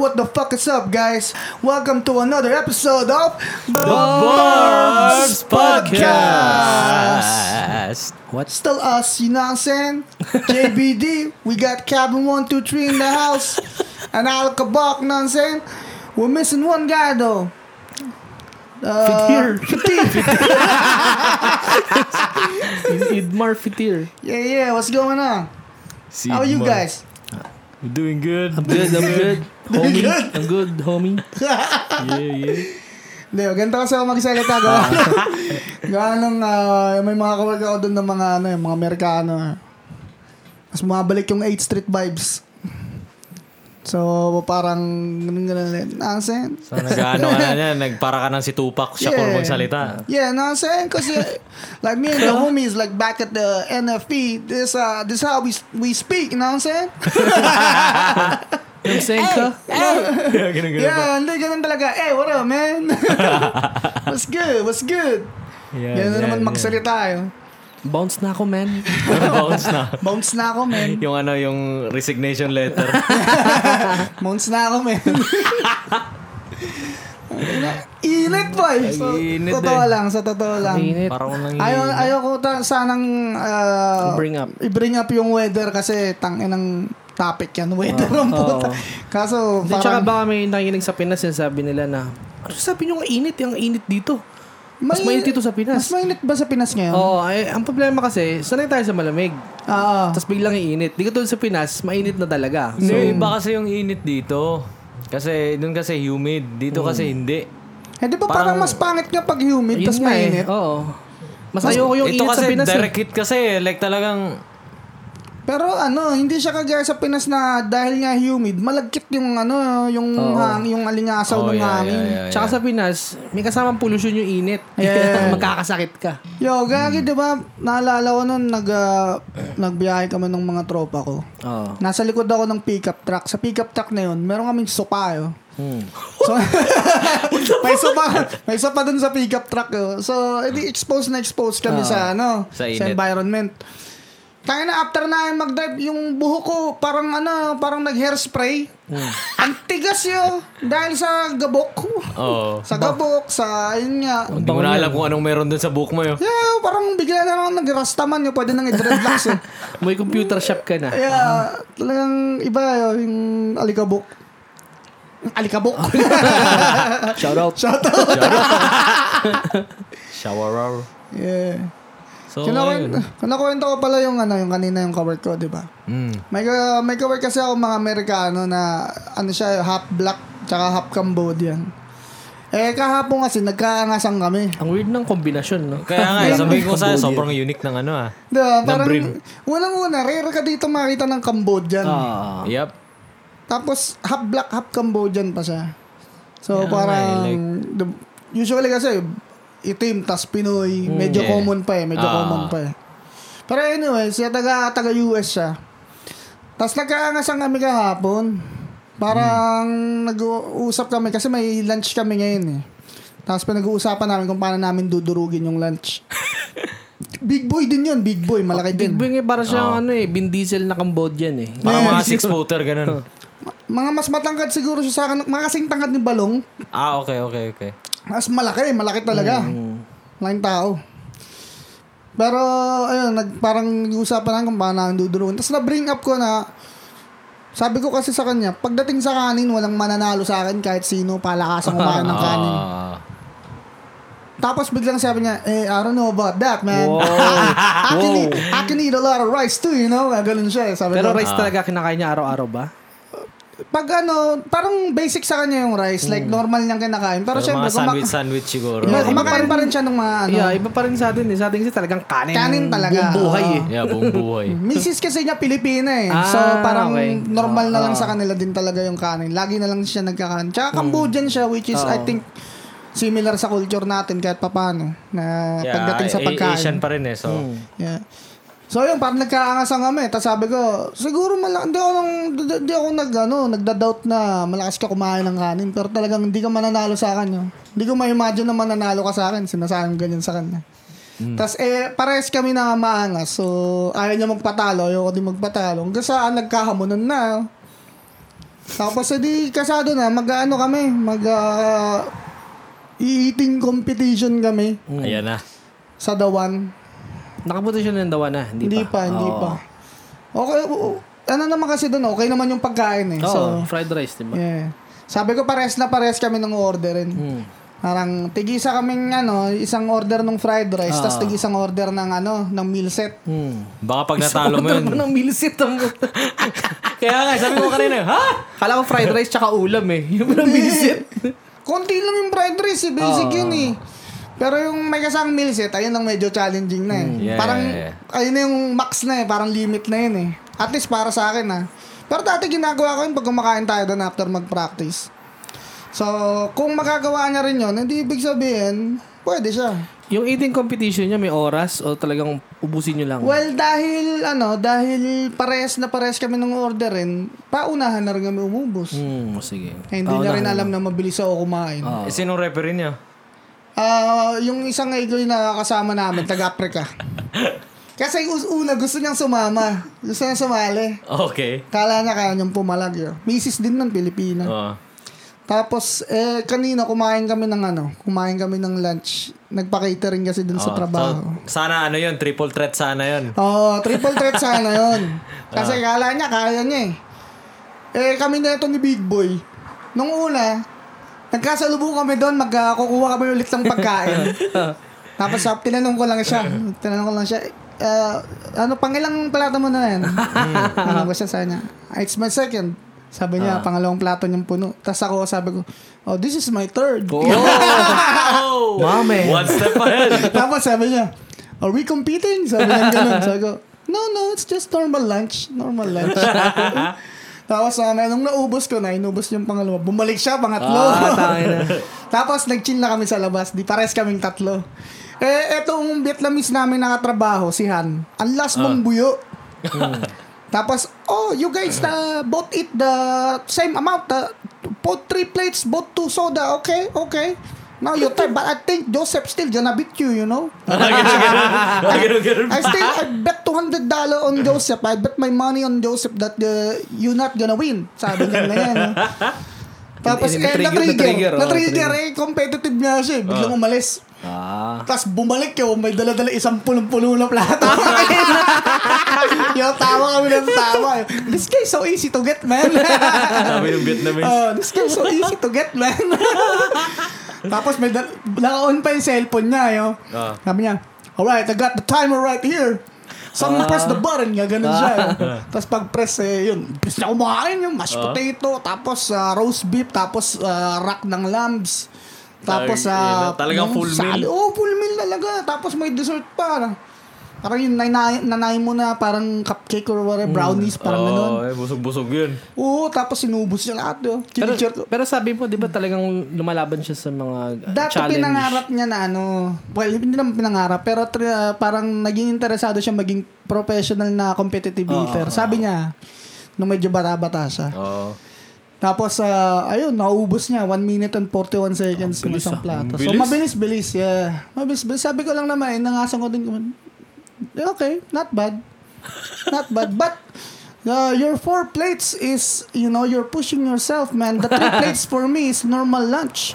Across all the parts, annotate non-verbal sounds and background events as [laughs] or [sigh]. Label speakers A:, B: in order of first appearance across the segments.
A: What's up, guys? Welcome to another episode of The
B: Barbs
A: Podcast!
B: What's
A: Still us, you know what I'm saying? JBD, we got Cabin 123 in the house. And Al Kabak, you know what I'm saying? We're missing one guy, though. Uh,
B: Fitir.
A: Fitir.
B: Idmar Fitir?
A: yeah, yeah, what's going on?
C: Si
A: How are you
C: Igmar.
A: guys?
C: Doing good.
B: I'm good, I'm good. Homie,
A: Good.
B: I'm good, homie.
C: yeah, yeah.
A: Leo, ganito kasi ako magsalita. Gawa
C: Ah.
A: nung, gawa nung ah, may mga kawag ako doon ng mga, ano, yung mga Amerikano. Mas bumabalik yung 8th Street vibes. So, parang, ganun ganun ulit. Nonsense.
C: So, nag-ano ka na niya, nagpara ka ng si Tupac, siya puro
A: Yeah.
C: magsalita.
A: Yeah, know what I'm saying? Because like me and the homies, like back at the NFP, this uh, this how we we speak. You know what I'm saying?
B: I'm saying ka?
C: [laughs] Yeah, ganun, [laughs] ganun pa.
A: yeah, hindi ganun talaga. Hey, what up, man?
C: [laughs]
A: what's good? What's good?
C: Yeah,
A: Ganun
C: yeah,
A: naman
C: yeah.
A: magsalita eh. yun.
B: Bounce na ako, man.
C: [laughs] Bounce na.
A: Bounce na ako, man.
C: Yung ano, yung resignation letter. [laughs]
A: [laughs] Mounts na ako,
B: [laughs]
A: men. Init, boy. So,
C: Init,
A: totoo
C: eh.
A: lang, sa totoo lang.
B: Init.
C: Parang nang...
A: Ayaw, ayaw ko ta- sanang ah,
B: Bring up.
A: i-bring up yung weather kasi tangin ng topic yan. Weather ang puta.
B: oo.
A: Kaso,
B: Hindi, tsaka
A: parang...
B: baka may nakikinig sa Pinas, sinasabi nila na, ano sabi nyo, ang init, ang init dito. Mas
A: May-
B: mainit dito sa
A: Mas
B: Pinas.
A: mainit ba sa Pinas ngayon?
B: Oo, ay, ang problema kasi, sanay tayo sa malamig.
A: Oo.
B: Tapos biglang iinit. Di ko tulad sa Pinas, mainit na talaga.
C: So, iba kasi yung init dito. Kasi, doon kasi humid. Dito kasi hindi.
A: Eh, di ba parang,
C: Parang-
A: mas pangit nga pag humid,
B: Yun
A: tas
B: nga eh,
A: mainit.
B: Oo. Mas ayoko yung
C: Ito
B: init
C: kasi
B: sa Pinas. eh.
C: direct hit kasi. Like talagang...
A: Pero ano, hindi siya kagaya sa Pinas na dahil nga humid, malagkit yung ano, yung hang, yung alingasaw
C: Oh,
A: ng
C: yeah,
A: hangin.
C: yeah, yeah,
B: Tsaka sa Pinas, may kasamang pollution yung init.
A: Yeah.
B: [laughs] Magkakasakit ka.
A: Yo, gagi, di ba? Naalala ko nun, nag, ah, nagbiyahe kami ng mga tropa ko.
B: Oo.
A: Nasa likod ako ng pickup truck. Sa pickup truck na yun, meron kaming sopa, yo.
B: Hmm.
A: So, [laughs] may sopa, may sopa dun sa pickup truck, yo. So, edi exposed na exposed kami sa, ano,
C: Ah, Sa
A: sa,
C: init.
A: environment. Kaya na after na yung mag-drive, yung buho ko, parang ano, parang nag-hairspray.
C: Hmm.
A: Ang tigas yo dahil sa gabok ko.
C: Oo.
A: Sa gabok, sa, yun nga.
C: Hindi mo na alam kung anong meron doon sa buhok mo eh. yun.
A: Yeah, parang bigla na lang nagrastaman yun. Pwede nang i-dreadlocks eh.
B: May computer shop ka na.
A: Yeah, talagang iba yun, yung alikabok. Yung Alikabok.
B: Shout out.
A: Shout out.
C: Shower
A: Yeah.
C: So,
A: Kinakwento, kinakwento ko pala yung ano, yung kanina yung cover ko, di ba?
C: Mm.
A: May, ka- may cover kasi ako mga Amerikano na ano siya, half black tsaka half Cambodian. Eh, kahapon kasi nagkaangasan kami.
B: Ang weird ng kombinasyon, no?
C: Kaya nga, eh,
A: Ayun.
C: sabihin ko sa'yo, sobrang unique ng ano ah.
A: Diba?
C: Ng
A: Parang,
C: breed.
A: unang-una, rare ka dito makita ng Cambodian.
B: Ah.
C: Yep.
A: Tapos, half black, half Cambodian pa siya. So,
C: Yeah,
A: parang,
C: okay,
A: the- usually kasi, itim, tas Pinoy. medyo
C: Hmm. yeah.
A: common pa eh, medyo
C: Ah.
A: common pa eh. Pero anyway, siya taga, taga US siya. Tapos nagkaangasan kami kahapon. Parang
C: Hmm.
A: nag-uusap kami kasi may lunch kami ngayon eh. Tapos pinag-uusapan namin kung paano namin dudurugin yung
C: [laughs]
A: lunch. big boy din yun, big boy, malaki
C: Oh,
A: din.
B: Big Bang eh, para siyang ano eh, Vin Diesel na Cambodian eh.
C: Parang mga six-footer, ganun.
A: Mga mas matangkad siguro siya sa akin, mga kasing tangkad ni Balong.
C: Ah, okay, okay, okay.
A: Mas malaki, malaki talaga.
C: Mm.
A: Malaking tao. Pero, ayun, nag, parang usapan lang kung paano namin dudulungan. Tapos na-bring up ko na, sabi ko kasi sa kanya, pagdating sa kanin, walang mananalo sa akin kahit sino, palakasan kumain
C: [laughs]
A: ng kanin.
C: Ah.
A: Tapos biglang sabi niya, eh, I don't know about that, man.
B: Wow.
A: [laughs] I, can
B: Wow.
A: eat, I can eat a lot of rice too, you know? Ganun siya. eh. Sabi
B: Pero Ah.
A: ko,
B: rice talaga kinakain niya araw-araw ba?
A: pag ano, parang basic sa kanya yung rice. Like, normal niyang kinakain. Pero,
C: Mm. Pero
A: syempre,
C: mga
A: kumak-
C: sandwich-sandwich siguro.
A: yeah, kumakain pa rin siya ng mga ano.
B: Yeah, iba pa rin sa atin eh. Sa atin kasi talagang kanin.
A: Kanin talaga.
B: buong buhay eh.
C: Yeah, buong buhay.
A: Mrs. Hmm. kasi niya Pilipina eh.
B: Ah,
A: so parang
B: okay.
A: normal na lang
C: Ah.
A: sa kanila din talaga yung kanin. Lagi na lang siya nagkakanin.
C: Hmm.
A: Tsaka Cambodian siya which is I think similar sa culture natin kahit papano na
C: Yeah,
A: Mm. pagdating sa
C: A-
A: pagkain. Mm.
C: Asian pa rin eh, so.
A: Yeah. So yun, parang nagkaangasan kami. Tapos sabi ko, siguro malaki, hindi ako, nang, di- di ako nag, ano, nagda-doubt na malakas ka kumain ng kanin. Pero talagang hindi ka mananalo sa akin. Yun. Hindi ko ma-imagine na mananalo ka sa akin. Sinasayang ganyan sa kanya. Tapos eh, pares kami na maangas. So ayaw niya magpatalo, ayaw ko din magpatalo. Hanggang saan nagkahamunan na. Tapos edi kasado na, mag-ano kami, mag ah, eating competition kami
C: Ayan na.
A: sa Dawan.
B: Hmm. Nakapunta siya ng dawa na. Hindi,
A: Hindi pa, hindi
B: Oo.
A: pa. Okay, u- u- ano naman kasi doon, okay naman yung pagkain eh.
B: Oo,
A: So,
B: fried rice, di ba?
A: yeah. Sabi ko pares na pares kami ng orderin.
B: Mm.
A: Parang tigisa kaming ano, isang order ng fried rice,
B: Ah.
A: tas tapos tigisang order ng ano, ng meal set.
B: Mm.
C: Baka pag natalo
A: [laughs]
C: mo
B: Order
C: yun.
B: pa ng milisit ang
C: [laughs] Kaya nga, sabi ko kanina, ha?
B: Kala ko fried rice tsaka ulam eh. Yung ng milisit.
A: Konti lang yung fried rice, eh, basic yun eh. Pero yung may kasang meal set, ayun ang medyo challenging na eh.
C: Hmm, yeah,
A: parang,
C: yeah,
A: ayun na yung max na eh, parang limit na yun eh. At least para sa akin ah. Pero dati ginagawa ko yun pag kumakain tayo doon after mag-practice. So, kung magagawa niya rin yun, hindi ibig sabihin, pwede siya.
B: [laughs] Yung eating competition niya may oras o talagang ubusin niyo lang?
A: Well, dahil ano, dahil pares na pares kami ng orderin, paunahan na rin kami umubos.
B: Hmm, sige.
A: Eh, hindi niya rin alam na mabilis ako kumain. Ah,
C: Eh, sinong referee niya?
A: yung isang idol na kasama namin, taga-Africa. Kasi us- una, gusto niyang sumama. Gusto niyang sumali.
C: Okay.
A: Kala niya kaya niyang pumalag yun. Misis din ng Pilipina.
C: Oo.
A: Tapos, eh, kanina kumain kami ng ano, kumain kami ng lunch. Nagpa-catering kasi dun sa
C: Oo.
A: trabaho.
C: Oh, Ah, So, sana ano yun, triple threat sana yun.
A: [laughs] Oo, triple threat sana yun. Kasi kala niya, kaya niya eh. Eh, kami na ito ni Big Boy. Nung una, nagkasalubong kami doon, magkukuha kami ulit ng pagkain.
B: [laughs]
A: Tapos sab- tinanong ko lang siya, tinanong ko lang siya, "Ah, ano, pangilang plato mo na yan? Ano ko siya sa niya, "Ah, it's my second. Sabi niya, pangalawang plato niyang puno. Tapos ako, sabi ko, oh, this is my third.
C: Oh!
B: Mame.
C: One step
A: [laughs]
C: ahead.
A: Tapos sabi niya, are we competing? Sabi niya ganun. Sabi ko, no, no, it's just normal lunch. Normal lunch. Tapos mamaya, nung naubos ko na, inubos yung pangalawa. Bumalik siya, pangatlo.
B: Ah, tangin na.
A: [laughs] Tapos nag-chill na kami sa labas. Di pares kaming tatlo. Eh, etong Vietnamese namin nakatrabaho, si Han. Ang last mong buyo. Tapos, oh, you guys uh, both eat the same amount. Uh, both three plates, both two soda. Okay, okay. Now you turn. But I think Joseph still gonna beat you, you know?
C: Ah, ganun, ganun.
A: I still, I bet $200 on Joseph. I bet my money on Joseph that uh, you not gonna win. Sabi niya na yan. no? Tapos, eh,
B: Hindi, na-trigger, na-trigger,
A: na-trigger.
B: oh,
A: Na-trigger, eh. Competitive niya siya. eh. Biglang umalis.
B: [laughs] Ah.
A: Tapos bumalik yun, may dala-dala isang pulong-pulo na plato. yung tawa kami ng tawa. eh. This guy's so easy to get, man.
C: Sabi ng Vietnamese.
A: oh, this guy's so easy to get,
C: [laughs]
A: man. Tapos may dal- naka-on pa yung cellphone niya, yo.
C: Ah.
A: Sabi niya, alright, I got the timer right here.
C: Ah.
A: Someone press the button, nga ganun siya. eh. [laughs] Tapos pag press, eh, yun, press na kumain yung mashed
C: Ah.
A: potato, tapos ah, roast beef, tapos ah, rack ng lambs. Tapos
C: Talag-
A: ah,
C: yun, talagang
A: yung
C: full meal.
A: salad- Oo, full meal talaga. Tapos may dessert pa. Parang yung nanay, nanay mo na parang cupcake or
C: Hmm.
A: whatever, brownies, Oh, parang ganun.
C: Oo, eh, busog-busog yun.
A: Oo, tapos sinubos niya lahat. Yo.
B: Pero,
A: Kinicure ko.
B: pero sabi mo, di ba talagang lumalaban siya sa mga uh,
A: Dati
B: challenge?
A: pinangarap niya na ano, well, hindi naman pinangarap, pero tri- ah, parang naging interesado siya maging professional na competitive eater. Sabi niya, nung medyo bata-bata siya.
C: Oo.
A: Tapos, ah, ayun, naubos niya. 1 minute and 41 seconds ng isang plato. So,
C: Bilis.
A: mabilis-bilis, yeah. Mabilis-bilis. Sabi ko lang naman, eh, nangasan ko din. kung- Eh, Okay, not bad. Not bad. But, ah, your four plates is, you know, you're pushing yourself, man. The
C: [laughs]
A: three plates for me is normal lunch.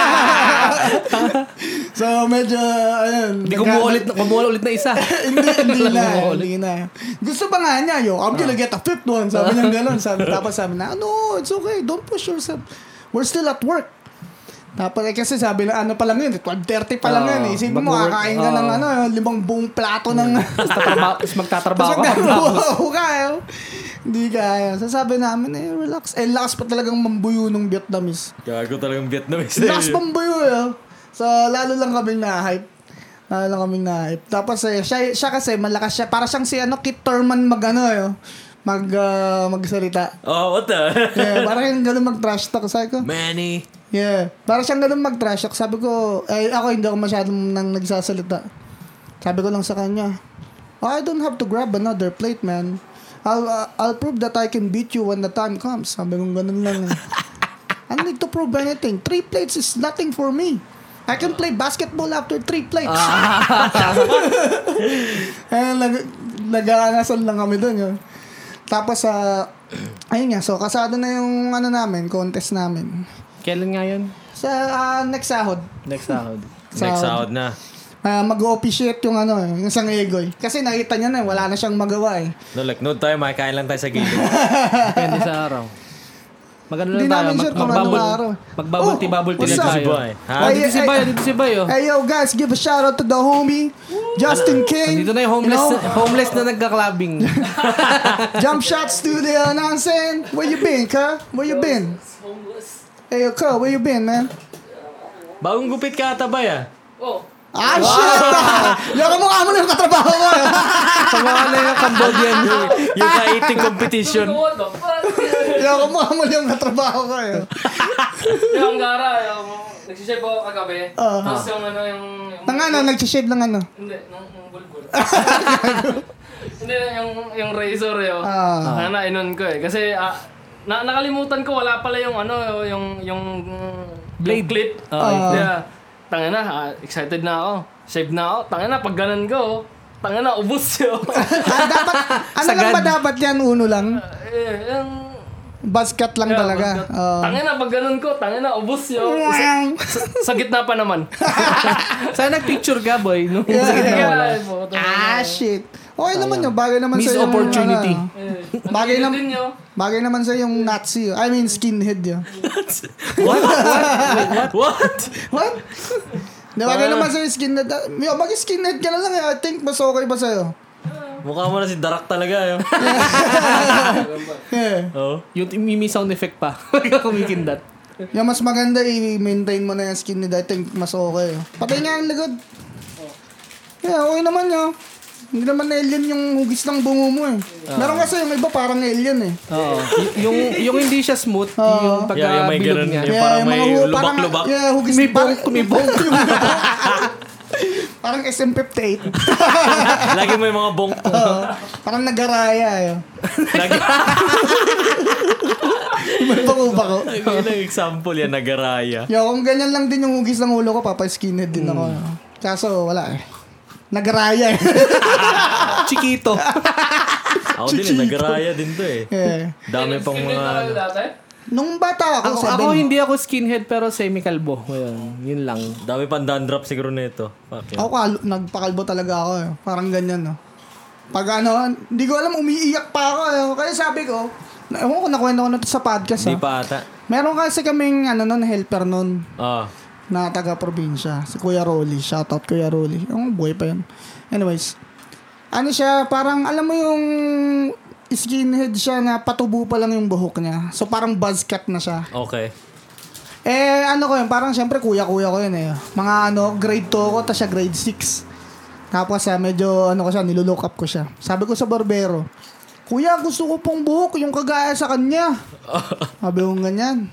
A: [laughs] so, medyo, ayun.
B: Hindi kumuha ulit, kumuha ulit na [laughs] isa.
A: [laughs] hindi, hindi na.
B: Alam mo, Ah.
A: Hindi na. Gusto pa nga niya, yo, I'm gonna get a fifth one. Sabi niya gano'n.
B: [laughs]
A: Sabi, tapos sabi na, no, it's okay. Don't push yourself. We're still at work. Tapos eh, kasi sabi na ano pa lang yun, 12.30 pa lang
B: Oo,
A: yun. eh. Isipin mo,
B: Ah, mag-work. Ah.
A: kakain ka ng
B: Oo.
A: ano, limang buong plato ng...
B: Tapos tatrabaho, tapos
A: [laughs]
B: magtatrabaho
A: Tapos
B: ka. [laughs]
A: magkakaroon ka, yo. Hindi kaya. So sabi namin, eh, relax. Eh, lakas pa talagang mambuyo ng Vietnamese.
C: Gago talagang Vietnamese. eh.
A: Lakas pambayo eh. So, lalo lang kaming na-hype. Lalo lang kaming na-hype. Tapos, eh, siya, siya kasi, malakas siya. Para siyang si, ano, Kit Thurman mag, ano, eh, oh. mag, ah, magsalita.
C: [laughs] Oh, what the? [laughs]
A: Yeah, parang yung ganun mag-trash talk. Sabi ko,
C: Manny.
A: yeah. Parang siyang ganun mag-trash talk. Sabi ko, eh, ako hindi ako masyadong nang nagsasalita. Sabi ko lang sa kanya, "Oh, I don't have to grab another plate, man. I'll, ah, I'll prove that I can beat you when the time comes. Sabi ko ganun lang. eh. [laughs] I don't need to prove anything. Three plates is nothing for me. I can play basketball after three plates. [laughs] Eh, nag, nag-aangasan lang kami doon. Yun. Tapos, sa Ayun nga, so kasado na yung ano namin, contest namin.
B: Kailan nga yun?
A: Sa ah, next sahod,
B: Next sahod.
C: Next
A: Sahod.
C: sahod na.
A: ah, mag-officiate yung ano, eh, yung sang egoy. Kasi nakita niya na, eh, wala na siyang magawa eh.
C: No, like, no tayo, makakain lang tayo sa gilid.
B: Depende sa araw. Magano lang
A: Hindi
B: tayo.
A: namin sure kung anong araw.
B: Magbabulti-babulti
A: Oh,
B: na
A: what's up?
B: tayo.
C: Boy, ha?
B: Ah, dito
A: Ay,
B: si
A: ay,
B: Bayo,
A: ay.
B: dito si oh. Bayo.
A: Hey yo guys, give a shout out to the homie, Justin King.
B: Dito na yung homeless,
A: You know,
B: homeless na nagka-clubbing.
A: [laughs] Jump shot studio, know what I'm saying? Where you been, cuh? Where you been? Hey, yo, cuh, where you been, man?
C: Bagong gupit ka ata ba ya?
A: Ah, shit! Yung kamukha mo na yung katrabaho ko. eh.
B: Pagawa na yung Cambodian. eh.
C: Yung ka-eating competition.
D: What the fuck?
A: Yung kamukha mo na yung katrabaho ko. eh.
D: yung gara, yung nagsishave ako kagabi.
A: Ah.
D: Tapos yung ano, yung... yung-
A: Nang ano, nagsishave ng ano.
D: Hindi, nung nung bulbul. Hindi, yung, yung razor yun.
A: Ah.
D: Ah. na, inon ko eh. Kasi, ah, na, nakalimutan ko, wala pala yung ano, yung... yung Blade. clip.
A: Ah.
D: Kaya, tanga na, ah, excited na ako. Shave na ako. Tanga na, pag ganun ko, tanga na, ubus yun.
A: Ah, dapat, ano lang ba dapat yan? Uno lang?
D: eh, yung...
A: Basket lang talaga. Oh. Oo.
D: Tangin na, pag ganun ko, tangin na, ubus yun. Sa,
A: Mwang!
D: sa gitna pa naman.
B: Sana nag-picture ka, boy. Nung
A: Yeah.
B: sa gitna wala.
D: Ay, puto.
A: Ah, shit. Okay naman yun. Bagay naman
B: Missed
A: sa yung...
B: opportunity.
A: ano,
D: Eh, ang
A: Bagay
D: ganda
A: nam-
D: din yun.
A: bagay naman sa yung Nazi. I mean, skinhead yun. [laughs]
C: What? What? What?
A: What? Di bagay naman sa'yo skinhead. Yo, mag skinhead ka na lang. eh. I think mas okay pa sa'yo.
C: Mukha mo na si Darak talaga. Yo.
A: Yeah.
C: [laughs] Oh.
B: Yung mimi sound effect pa. [laughs] Kumikindat.
A: Yung mas maganda, i-maintain mo na yung skinhead. I think mas okay. oh. Patay nga ang likod. Yeah, okay naman yun. Hindi naman alien yung hugis ng bungo mo eh. Meron kasi yung iba parang alien eh.
B: Oo. Y- yung, yung hindi siya smooth,
A: Oo.
B: yung
C: Yeah, yung may
B: pagkabilog
C: ganun
B: niya.
C: Yung parang
A: mga
C: may
A: hu-
C: lubak-lubak.
A: parang- Yeah, hugis.
B: Kumibong,
A: parang- [laughs]
B: kumibong.
A: Parang SM58.
C: Lagi may mga bong.
A: Oo. parang nagaraya eh.
C: Lagi
A: May panguba ko.
C: may example yan, nagaraya.
A: Yo, kung ganyan lang din yung hugis ng ulo ko, papa-skinhead din
C: Hmm.
A: ako. Kaso, wala eh. Nagaraya eh.
B: [laughs]
A: [laughs]
B: Chiquito.
C: Ako din, eh, nagaraya din to eh.
A: yeah.
C: Dami pang
D: Skinhead
C: mga... ano.
D: talaga dati.
A: Nung bata ako,
B: Ako,
A: seven.
B: ako hindi ako skinhead pero semi-kalbo. Ayun, yun lang.
C: Dami pang dandruff siguro nito. Fuck yun.
A: Ako kal- nagpakalbo talaga ako eh. Parang ganyan no. Pag ano, hindi ko alam, umiiyak pa ako eh. Kaya sabi ko, na- ewan ko, nakwento ko na to sa podcast
C: Hindi
A: ah.
C: pa ata.
A: Meron kasi kaming ano nun, helper nun
C: Ah.
A: na taga-probinsya. Si Kuya Rolly. Shoutout Kuya Rolly. Ang buhay pa yun. Anyways, ano siya, parang alam mo yung skinhead siya na patubo pa lang yung buhok niya. So parang buzz cut na siya.
C: Okay.
A: Eh, ano ko yun, parang syempre kuya-kuya ko yun eh. Mga ano, grade 2 ko, tapos siya grade 6. Tapos ah, medyo ano ko siya, nilulook up ko siya. Sabi ko sa barbero, Kuya, gusto ko pong buhok, yung kagaya sa kanya. Sabi ko ganyan.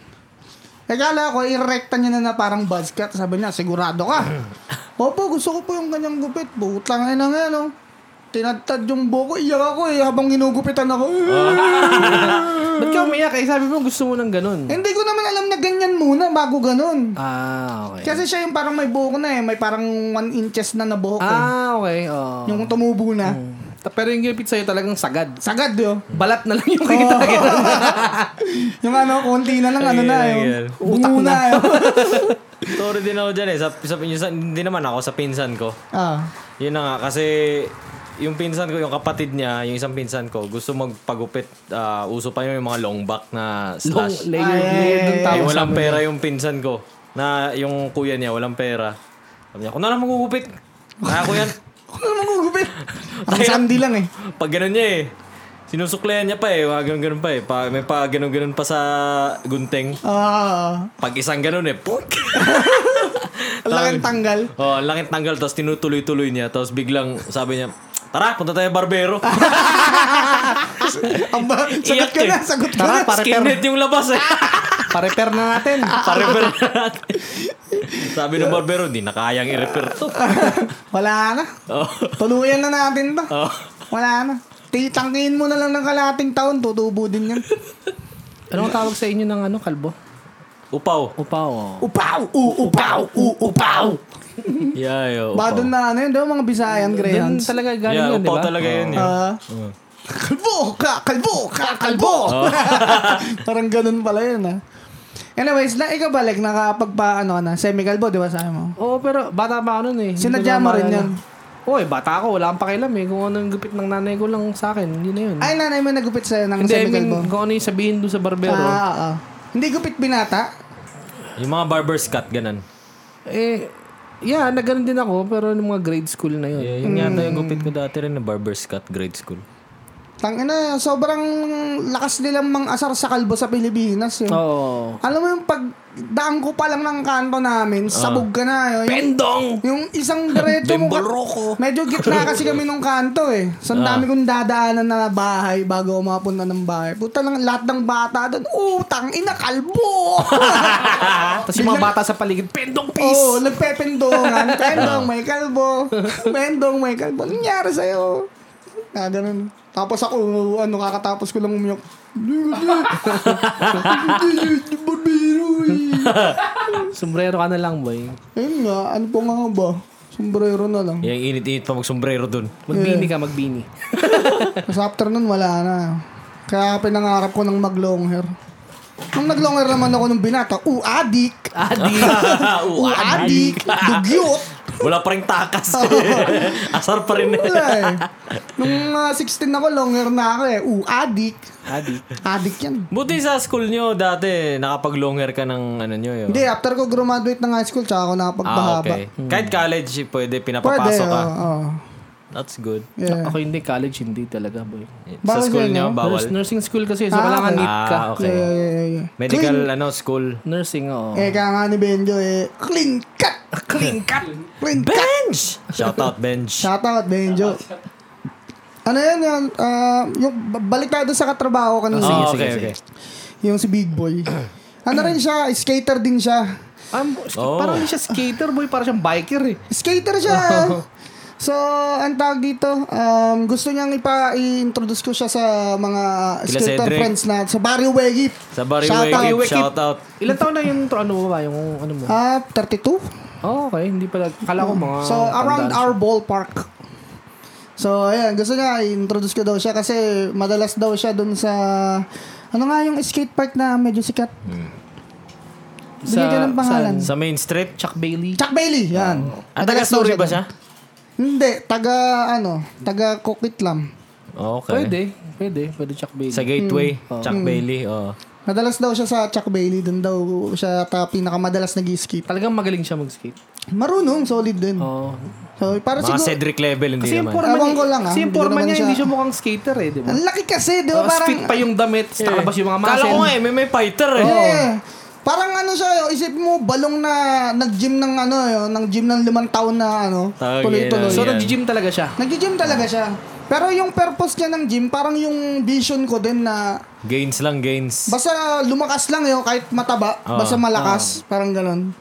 A: Eh, kala ko, irekta niya na na parang buzz cut. Sabi niya, sigurado ka. Opo, gusto ko po yung ganyang gupit. Butang ay na nga, no? Tinadtad oh." yung buhok ko, iyak ako eh, habang ginugupitan ako.
B: Ba't ka umiyak? Eh, sabi mo gusto mo ng ganun.
A: Hindi ko naman alam na ganyan muna bago ganun.
B: Ah, okay.
A: Kasi siya yung parang may buhok na eh. May parang one inches na na buhok eh.
B: ah, okay. Oh.
A: Yung tumubo na.
B: Ta- Pero yung gipit sa'yo talagang sagad.
A: Sagad yun.
B: Balat na lang yung kita kita.
A: yung ano, konti na lang ano na
C: Ayun,
A: yun.
C: ayun.
A: Utak na. eh. [laughs] yun.
C: Sorry din ako dyan eh. Sa, sa, pinsan- hindi naman ako sa pinsan ko.
A: ah.
C: Yun na nga, kasi yung pinsan ko, yung kapatid niya, yung isang pinsan ko, gusto magpagupit. ah, uso pa yun yung mga long back na
B: Long
C: slash.
B: layer.
A: Ay, ay,
B: layer ng
A: ay,
C: Eh,
B: tawag sa
C: walang
B: amin.
C: pera yung pinsan ko. Na yung kuya niya, walang pera. Sabi niya, kung na lang magugupit. Kaya ko
B: [laughs]
C: yan.
A: Ako na [laughs] magugupit. Ang sandi lang eh.
C: Pag ganun niya eh. Sinusuklean niya pa eh. Mga ganun-ganun pa eh. Pa, may pa ganun-ganun pa sa gunting.
A: Ah.
C: Pag isang ganun eh. Puk!
A: Ang laking tanggal.
C: [laughs] oh, ang langit tanggal. Tapos tinutuloy-tuloy niya. Tapos biglang sabi niya, Tara, punta tayo barbero.
A: [laughs] Aba, sagot
C: Iyak
A: ka
C: eh.
A: na, sagot ka
B: [laughs] Tara,
A: na.
C: [laughs]
B: pare per,
C: Skinhead yung labas
B: [laughs]
C: eh.
B: pare per na
A: ano,
B: natin.
C: Pa-repair na natin. [laughs] Sabi ng barbero, di na kayang i-repair
B: [laughs]
C: to.
A: Wala na.
C: Oh.
A: Tuluyan na natin ba?
C: Oh.
A: Wala na. Titangkihin mo na lang ng kalating taon, tutubo din yan.
B: Anong tawag sa inyo ng ano, kalbo?
C: Upaw.
B: Upaw.
A: Upaw! U, upaw! U, upaw!
C: Yeah, yo, upaw.
A: Ba doon na ano yun, di ba mga Bisayan
B: Doon
A: Greyhounds?
B: talaga galing
C: yeah,
B: yun, di Ah.
C: upaw
B: ba?
C: talaga yun. yun.
A: Ah. kalbo, kakalbo, kakalbo. [laughs]
B: Ah.
A: Parang ganun pala yun, ha? Anyways, na ikaw balik, nakapagpa, ano ka na, semi-kalbo, di ba sabi mo?
B: Oo, pero bata pa ako nun eh. Hindi
A: Sinadya
B: ko na
A: mo rin
B: maalala.
A: yun?
B: Oo, eh, bata ako. Wala akong pakialam eh. Kung ano yung gupit ng nanay ko lang sa akin, yun na yun.
A: Ay, nanay mo nagupit sa'yo ng
B: Hindi, I mean,
A: semi-kalbo.
B: kung ano yung sabihin doon sa barbero.
A: Ah, oo. Hindi gupit binata?
C: Yung mga barber's cut, ganun.
B: Eh, yeah, nagganon din ako, pero nung mga grade school na yun.
C: Yeah, yun yata yung gupit ko dati rin na barber's cut grade school.
A: Tangina, sobrang lakas nilang mang-asar sa kalbo sa Pilipinas. Yun.
B: Oo.
A: Alam mo yung pagdaan ko pa lang ng kanto namin, sabog ka na. Yun.
B: Pendong!
A: Yung isang diretso mo. ka- Medyo gitna kasi kami nung kanto eh. So, ang dami kong dadaanan na bahay bago umapunta ng bahay. Puta lang, lahat ng bata doon, utang ina, kalbo!
B: Ah, Tapos yung mga bata sa paligid,
A: Oo,
B: pendong peace!
A: nagpependongan. Pendong, may kalbo. Pendong, may kalbo. Anong nangyari sa'yo? Ah, ganun. Tapos ako, ano, kakatapos ko lang umiyok.
B: Sombrero ka na lang, boy.
A: Ayun nga, ano po nga ba? Sombrero na
C: [laughs]
A: lang.
C: Yung init-init pa magsombrero dun. [laughs]
B: Magbini ka, magbini.
A: Tapos after nun, wala na. Kaya pinangarap ko ng mag-long hair. Nung nag-long hair naman ako nung binata, u-adik!
C: Ah,
B: Adi!
C: [laughs]
A: U-adik! Dugyot!
C: Wala pa rin takas. [laughs] Asar pa rin.
A: Wala eh. Nung ah, 16 ako, long hair na ako eh. U-adik!
B: Adi.
A: Adik yan.
C: Buti sa school nyo dati, nakapag-long hair ka ng ano nyo yun.
A: Hindi, after ko graduate ng high school, tsaka ako
C: Ah,
A: nakapagbahaba.
C: okay. Kahit college, pwede,
A: Pwede,
C: pinapapasok
A: oo.
C: ka.
A: oo.
C: That's good.
A: Yeah.
B: Ako hindi, college hindi talaga, boy.
C: Sa
A: Bawal
C: school
A: yun,
C: nyo,
A: no?
B: Nurs-
C: bawal.
B: nursing school kasi, so
A: Ah,
B: kailangan
A: okay.
B: neat ka.
C: Ah,
A: Yeah,
C: okay. Oh.
A: yeah, yeah, yeah.
C: Medical, ano, school.
B: Nursing, oo.
A: Eh, kaya nga ni Benjo eh, clean cut!
C: Ah,
B: Clean cut!
A: Clean cut!
C: Shout out, Benj.
A: Shout out, Benjo. Ano yan yun? Ah, yung, ba- balik tayo doon sa katrabaho kanina.
C: Sige, sige, sige.
A: Yung si Big Boy. Ano rin siya? Skater din siya.
B: Um,
C: Oo.
B: Parang hindi siya skater, boy. Parang siyang biker, eh.
A: Skater siya! So, ang tawag dito, um, gusto niyang ipa-introduce ko siya sa mga
C: Kila
A: skater
C: Cedric.
A: friends na sa Barrio Wegip.
C: Sa Barry
A: Shout out.
C: Wake, shout out.
B: Ilan taon na yung, ano mo ba, yung ano mo?
A: Ah, 32?
B: Oh, okay. Hindi pala. Kala ko mga...
A: So, around our ballpark. So, ayan. Gusto niya, i-introduce ko daw siya kasi madalas daw siya dun sa... Ano nga yung skate park na medyo sikat?
B: Hmm.
A: Bigyan ka ng pangalan.
C: Sa Main Street.
B: Chuck Bailey.
A: Chuck Bailey,
B: Ah,
A: yan.
C: Ang
A: Madalas
C: taga
A: daw
C: Suri ba
A: dun.
C: siya?
A: Hindi, taga ano, taga Coquitlam.
C: Okay.
B: Pwede. Mm. Pwede. Pwede Chuck Bailey.
C: Sa Gateway, Chuck Bailey. Oh.
A: Madalas daw siya sa Chuck Bailey, dun daw siya ta pinakamadalas nag-skate.
B: Talagang magaling siya mag-skate.
A: Marunong, solid din.
B: Oo.
A: So, para
C: Oh. Mga
A: siguro,
C: Cedric level, hindi
B: Kasi yung
C: naman.
B: forma
A: Hmm. Ewan
B: niya,
A: ko lang, ah.
B: kasi yung
A: Hindi ko
B: forma
A: naman
B: niya,
A: siya-
B: hindi siya mukhang skater eh, di ba?
A: ang laki kasi, di ba?
B: Tapos
A: parang, Eh.
B: fit pa yung damit, tapos nakalabas yung mga muscle.
C: Kala ko nga eh, may, may fighter eh.
A: Yeah. Parang ano siya, isip mo, balong na nag-gym ng ano, yun, ng gym ng limang taon na ano,
C: Tawag ah.
A: tuloy-tuloy.
C: yan,
B: So,
C: Ayan.
B: nag-gym talaga siya.
A: Nag-gym talaga siya. Pero yung purpose niya ng gym, parang yung vision ko din na
C: Gains lang, gains.
A: basta lumakas lang yun, kahit mataba,
C: Oo.
A: basta malakas, parang ganun.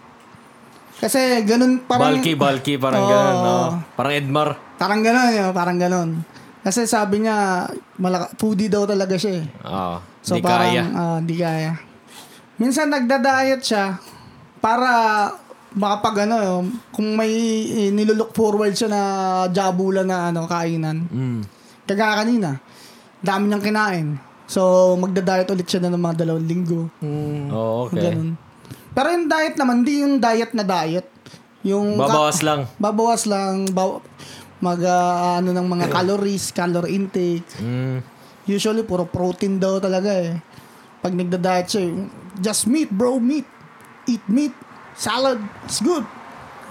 A: Kasi ganun parang...
C: bulky, bulky, parang
A: Oo.
C: ganun. oh. Parang Edmar.
A: Parang ganun yun, parang ganun. Kasi sabi niya, malaka, foodie daw talaga siya eh.
C: Oo.
A: So
C: di
A: parang,
C: kaya.
B: ano.
A: ah, di kaya. Minsan nagda-diet siya para makapag ano, yun, kung may eh, nilulook forward siya na jabula na ano, kainan.
C: Mm.
A: Kagaya kanina, dami niyang kinain. So, magda-diet ulit siya na ng mga dalawang linggo.
C: Oh, okay.
A: Ganun. Pero yung diet naman, di yung diet na diet. Yung
C: Babawas lang.
A: babawas lang, baw- mag ah, ano ng
C: [clears throat]
A: mga calories, calorie intake.
C: Mm.
A: Usually, puro protein daw talaga eh. Pag nagda-diet siya, yung, just meat bro, meat. Eat meat. Salad. It's good.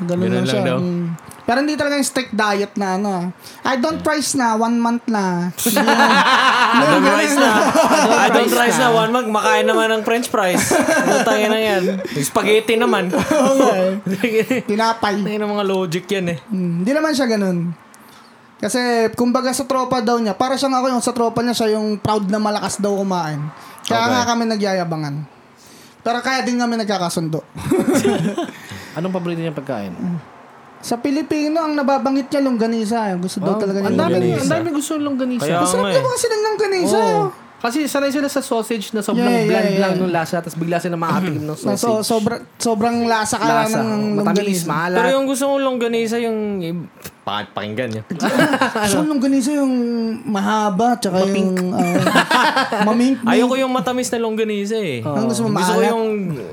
A: Ganun,
C: Ganun
A: lang,
C: lang
A: siya.
C: daw.
A: Mm. Pero hindi talaga yung strict diet na ano. ah. I don't price na, one month
C: [laughs]
A: na. Yeah.
C: I don't rice
B: [laughs]
C: na. I
B: Ah.
C: don't
B: rice
C: rice
B: na.
C: na. One mag, makain naman ng french fries. Ano tayo na yan? Yung Spaghetti
B: [laughs]
C: naman.
B: eh.
C: [laughs]
A: Tinapay.
C: Tingin ng mga logic yan eh.
A: Mm, Hindi naman siya ganun. Kasi, kumbaga sa tropa daw niya, para siyang ako yung sa tropa niya, siya yung proud na malakas daw kumain. Kaya
C: Okay.
A: nga kami nagyayabangan. Pero kaya din kami nagkakasundo. [laughs]
B: Anong paborito niya pagkain?
A: sa Pilipino, ang nababangit niya, longganisa. Yung Gusto
C: Oh,
A: daw talaga niya.
B: ang dami,
A: longganisa.
B: ang dami gusto ng longganisa.
C: Kaya-
A: Sarap
C: nga
A: na
C: eh.
A: ba kasi ng longganisa? eh.
B: Oo. Kasi sanay sila sa sausage na sobrang
A: Yeah, yeah,
B: bland
A: yeah.
B: lang nung lasa, tapos bigla sila makatikim
A: [clears throat]
B: ng
A: Na so,
B: sausage.
A: sobra, sobrang lasa ka
B: lasa,
A: ng
B: matamis,
A: longganisa.
B: maalat.
C: Pero yung gusto kong longganisa, yung pa- pakinggan niya.
A: [laughs] Gusto ko nung ganito yung mahaba, tsaka yung ah, mamink.
C: [laughs] Ayoko yung matamis na longganisa eh.
A: Ang gusto mo
C: Gusto ko
A: maalat.
C: yung,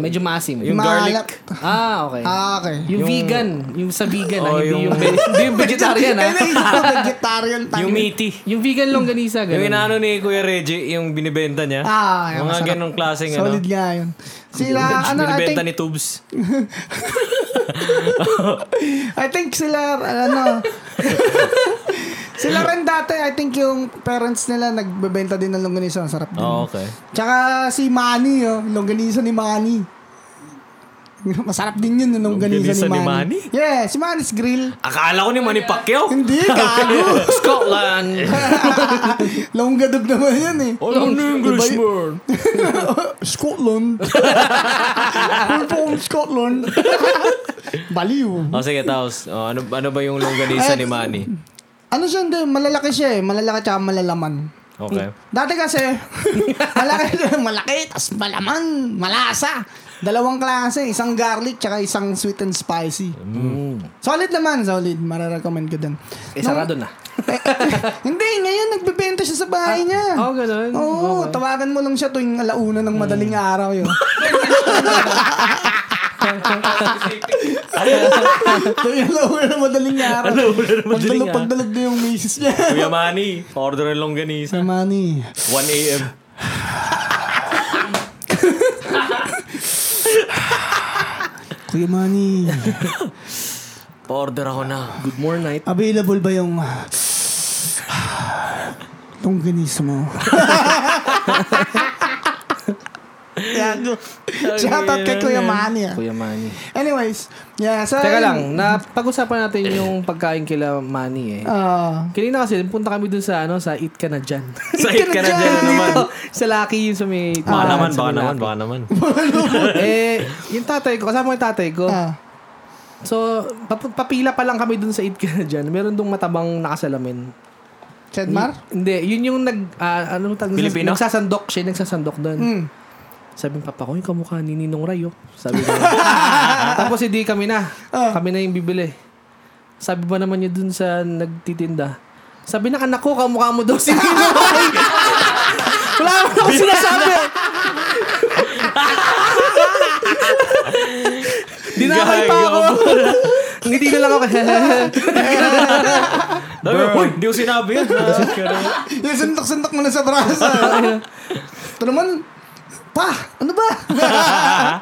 B: Medyo maasim.
C: yung
A: Maalat.
C: garlic.
B: ah, okay.
A: Ah, okay.
B: yung, vegan. Yung sa vegan. ah,
C: Oh,
B: hindi yung,
C: yung-
B: hindi
C: [laughs]
B: yung vegetarian. ah.
A: Ay, naisip ko, [laughs] vegetarian tayo.
C: Yung meaty.
B: yung vegan longganisa.
C: Yung
B: Ganun.
C: inaano ni Kuya Reggie, yung binibenta niya.
A: Ah, yung
C: Mga
A: masarap.
C: ganong klaseng ano.
A: Solid nga yun. Sila, ano, I think,
C: binibenta ni Tubes.
A: I think sila,
C: [laughs]
A: ano, sila rin dati, I think yung parents nila nagbebenta din ng longganisa. Ang sarap din.
C: Oh, okay.
A: Tsaka si Manny, oh, longganisa ni Manny. Masarap din yun, yung longganisa,
C: Longganisa
A: ni,
C: ni
A: Manny.
C: Manny?
A: Yeah, si Manny's Grill.
C: Akala ko ni Manny Pacquiao. [laughs]
A: Hindi, gago.
B: Scotland.
A: Longgadog naman yun eh.
C: Alam na Englishman. Oh. [laughs]
A: Scotland. Full from Scotland. Baliw.
C: O oh, sige, Taos. Oh, ano, ano ba yung longganisa ni Manny?
A: Ano siya hindi? Malalaki siya eh. Malalaki tsaka malalaman.
C: Okay.
A: Dati kasi, [laughs] malaki, malaki, tas malaman, malasa. Dalawang klase, isang garlic, tsaka isang sweet and spicy. Mm. Solid naman, solid. Mararecommend ko [laughs] din.
B: Eh, sarado na.
A: Eh, hindi, ngayon nagbebenta siya sa bahay niya.
B: Oh, ganun.
A: Oo, tawagan mo lang siya tuwing alauna ng madaling araw [laughs] yun. tuwing alauna ng madaling araw. Alauna ng
C: madaling
A: araw. Pagdalog na yung misis niya.
C: Kuya Manny, order ng longganisa.
A: Sa money.
C: 1 a.m.
A: Kuya Manny,
C: Pa-order ako na.
B: Good more night.
A: available ba yung ah, tong ganis
B: [laughs]
A: mo? Yago. Shoutout kay Kuya Manny. ah.
B: Kuya Manny.
A: Anyways, yeah, so...
B: Teka lang, napag-usapan natin yung pagkain kila Manny eh.
A: Ah.
B: Kanina kasi, punta kami dun sa, ano, sa Eat Ka Na
A: [laughs]
B: Dyan.
C: Sahit ka na dyan naman.
B: sa Lucky yung sa may...
A: Ah.
C: Baka naman,
B: sa
C: baka
B: may
C: naman,
B: Lucky.
C: baka naman.
B: [laughs] eh, yung tatay ko, kasama ko yung tatay ko.
A: ah.
B: So, pap- papila pa lang kami dun sa Eat Ka Na Dyan. Meron dong matabang nakasalamin.
A: Chedmar?
B: Hindi, yun yung nag... ah, ano tawag?
C: Pilipino?
B: Nagsasandok siya, nagsasandok doon.
A: Mm.
B: Sabi ng papa ko, yung kamukha ni Ninong Rayo. Sabi
A: [laughs]
B: ko. Tapos hindi kami na.
A: Ah.
B: Kami na yung bibili. Sabi ba naman niya dun sa nagtitinda? Sabi ng anak ko, kamukha mo daw si Ninong Rayo. [laughs] Wala naman ako sinasabi. Dinakay pa ako. [laughs] Ngiti na lang ako. [laughs]
C: Sabi ko, Hoy, di ko sinabi yun. Ah,
A: Yung sundok-sundok mo na sa
B: [laughs]
A: braso. Ito naman, pa, ano
B: [laughs]
A: ba?
C: Ah,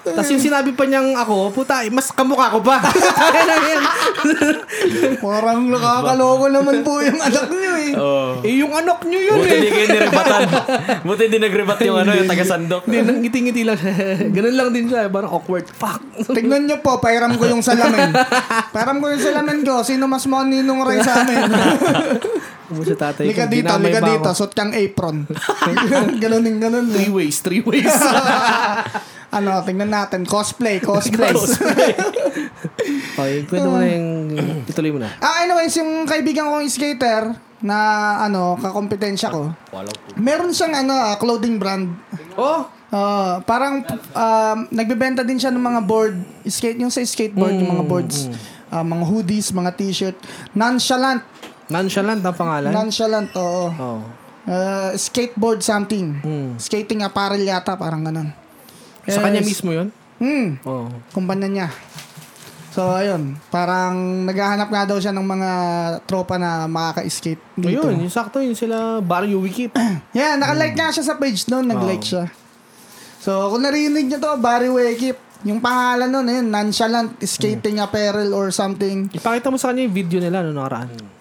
B: Tapos yung sinabi pa niyang ako, puta, eh, mas kamukha ko pa. [laughs] Kaya na yan.
A: Parang nakakaloko naman po yung anak niyo eh.
C: Oo.
B: eh, yung anak niyo yun
C: Buti
B: eh.
C: di kayo
B: [laughs]
C: nirebatan. Buti di nagrebat yung ano, yung taga-sandok.
B: Hindi, nang ngiti-ngiti lang siya. [laughs] Ganun lang din siya. Parang awkward. Fuck.
A: Tignan niyo po, pairam ko yung salamin. Pairam ko yung salamin ko. Sino mas money nung ray sa amin?
B: [laughs] Ubo sa tatay.
A: Lika
B: ko,
A: dito,
B: dinamay
A: lika
B: pa
A: dito.
B: ako.
A: Suot kang apron. [laughs] ganun din, ganun din. [laughs]
B: Three ways, three ways.
A: ano, tingnan natin. Cosplay, cosplay.
B: okay, kwento mo na yung... Ituloy mo na.
A: [laughs] ah, anyways, yung kaibigan kong skater na ano, kakompetensya ko.
C: Walang po.
A: Meron siyang ano, ah, clothing brand.
B: Oh!
A: Oo, parang um, nagbebenta din siya ng mga board, skate yung sa skateboard, yung mga boards, ah, mga hoodies, mga t-shirt. Nonchalant.
B: Nonchalant ang pangalan?
A: Nonchalant, oo.
B: oh.
A: Ah, skateboard something.
B: Mm.
A: Skating apparel yata, parang ganun.
B: Sa
A: Yes.
B: kanya mismo yun?
A: Hmm,
B: Oh.
A: kumpanya niya. So, ayun. Parang naghahanap nga daw siya ng mga tropa na makaka-skate dito.
B: Ayun, Hmm. yung sakto yun sila Barrio Wiki.
A: Yeah, nakalike nga siya sa page noon. Nag-like siya. So, kung narinig niyo to, Barry Wekip. Yung pangalan nun, ayun, nonchalant
B: Hmm.
A: skating apparel or something.
B: Ipakita mo sa kanya yung video nila noong nakaraan. Yung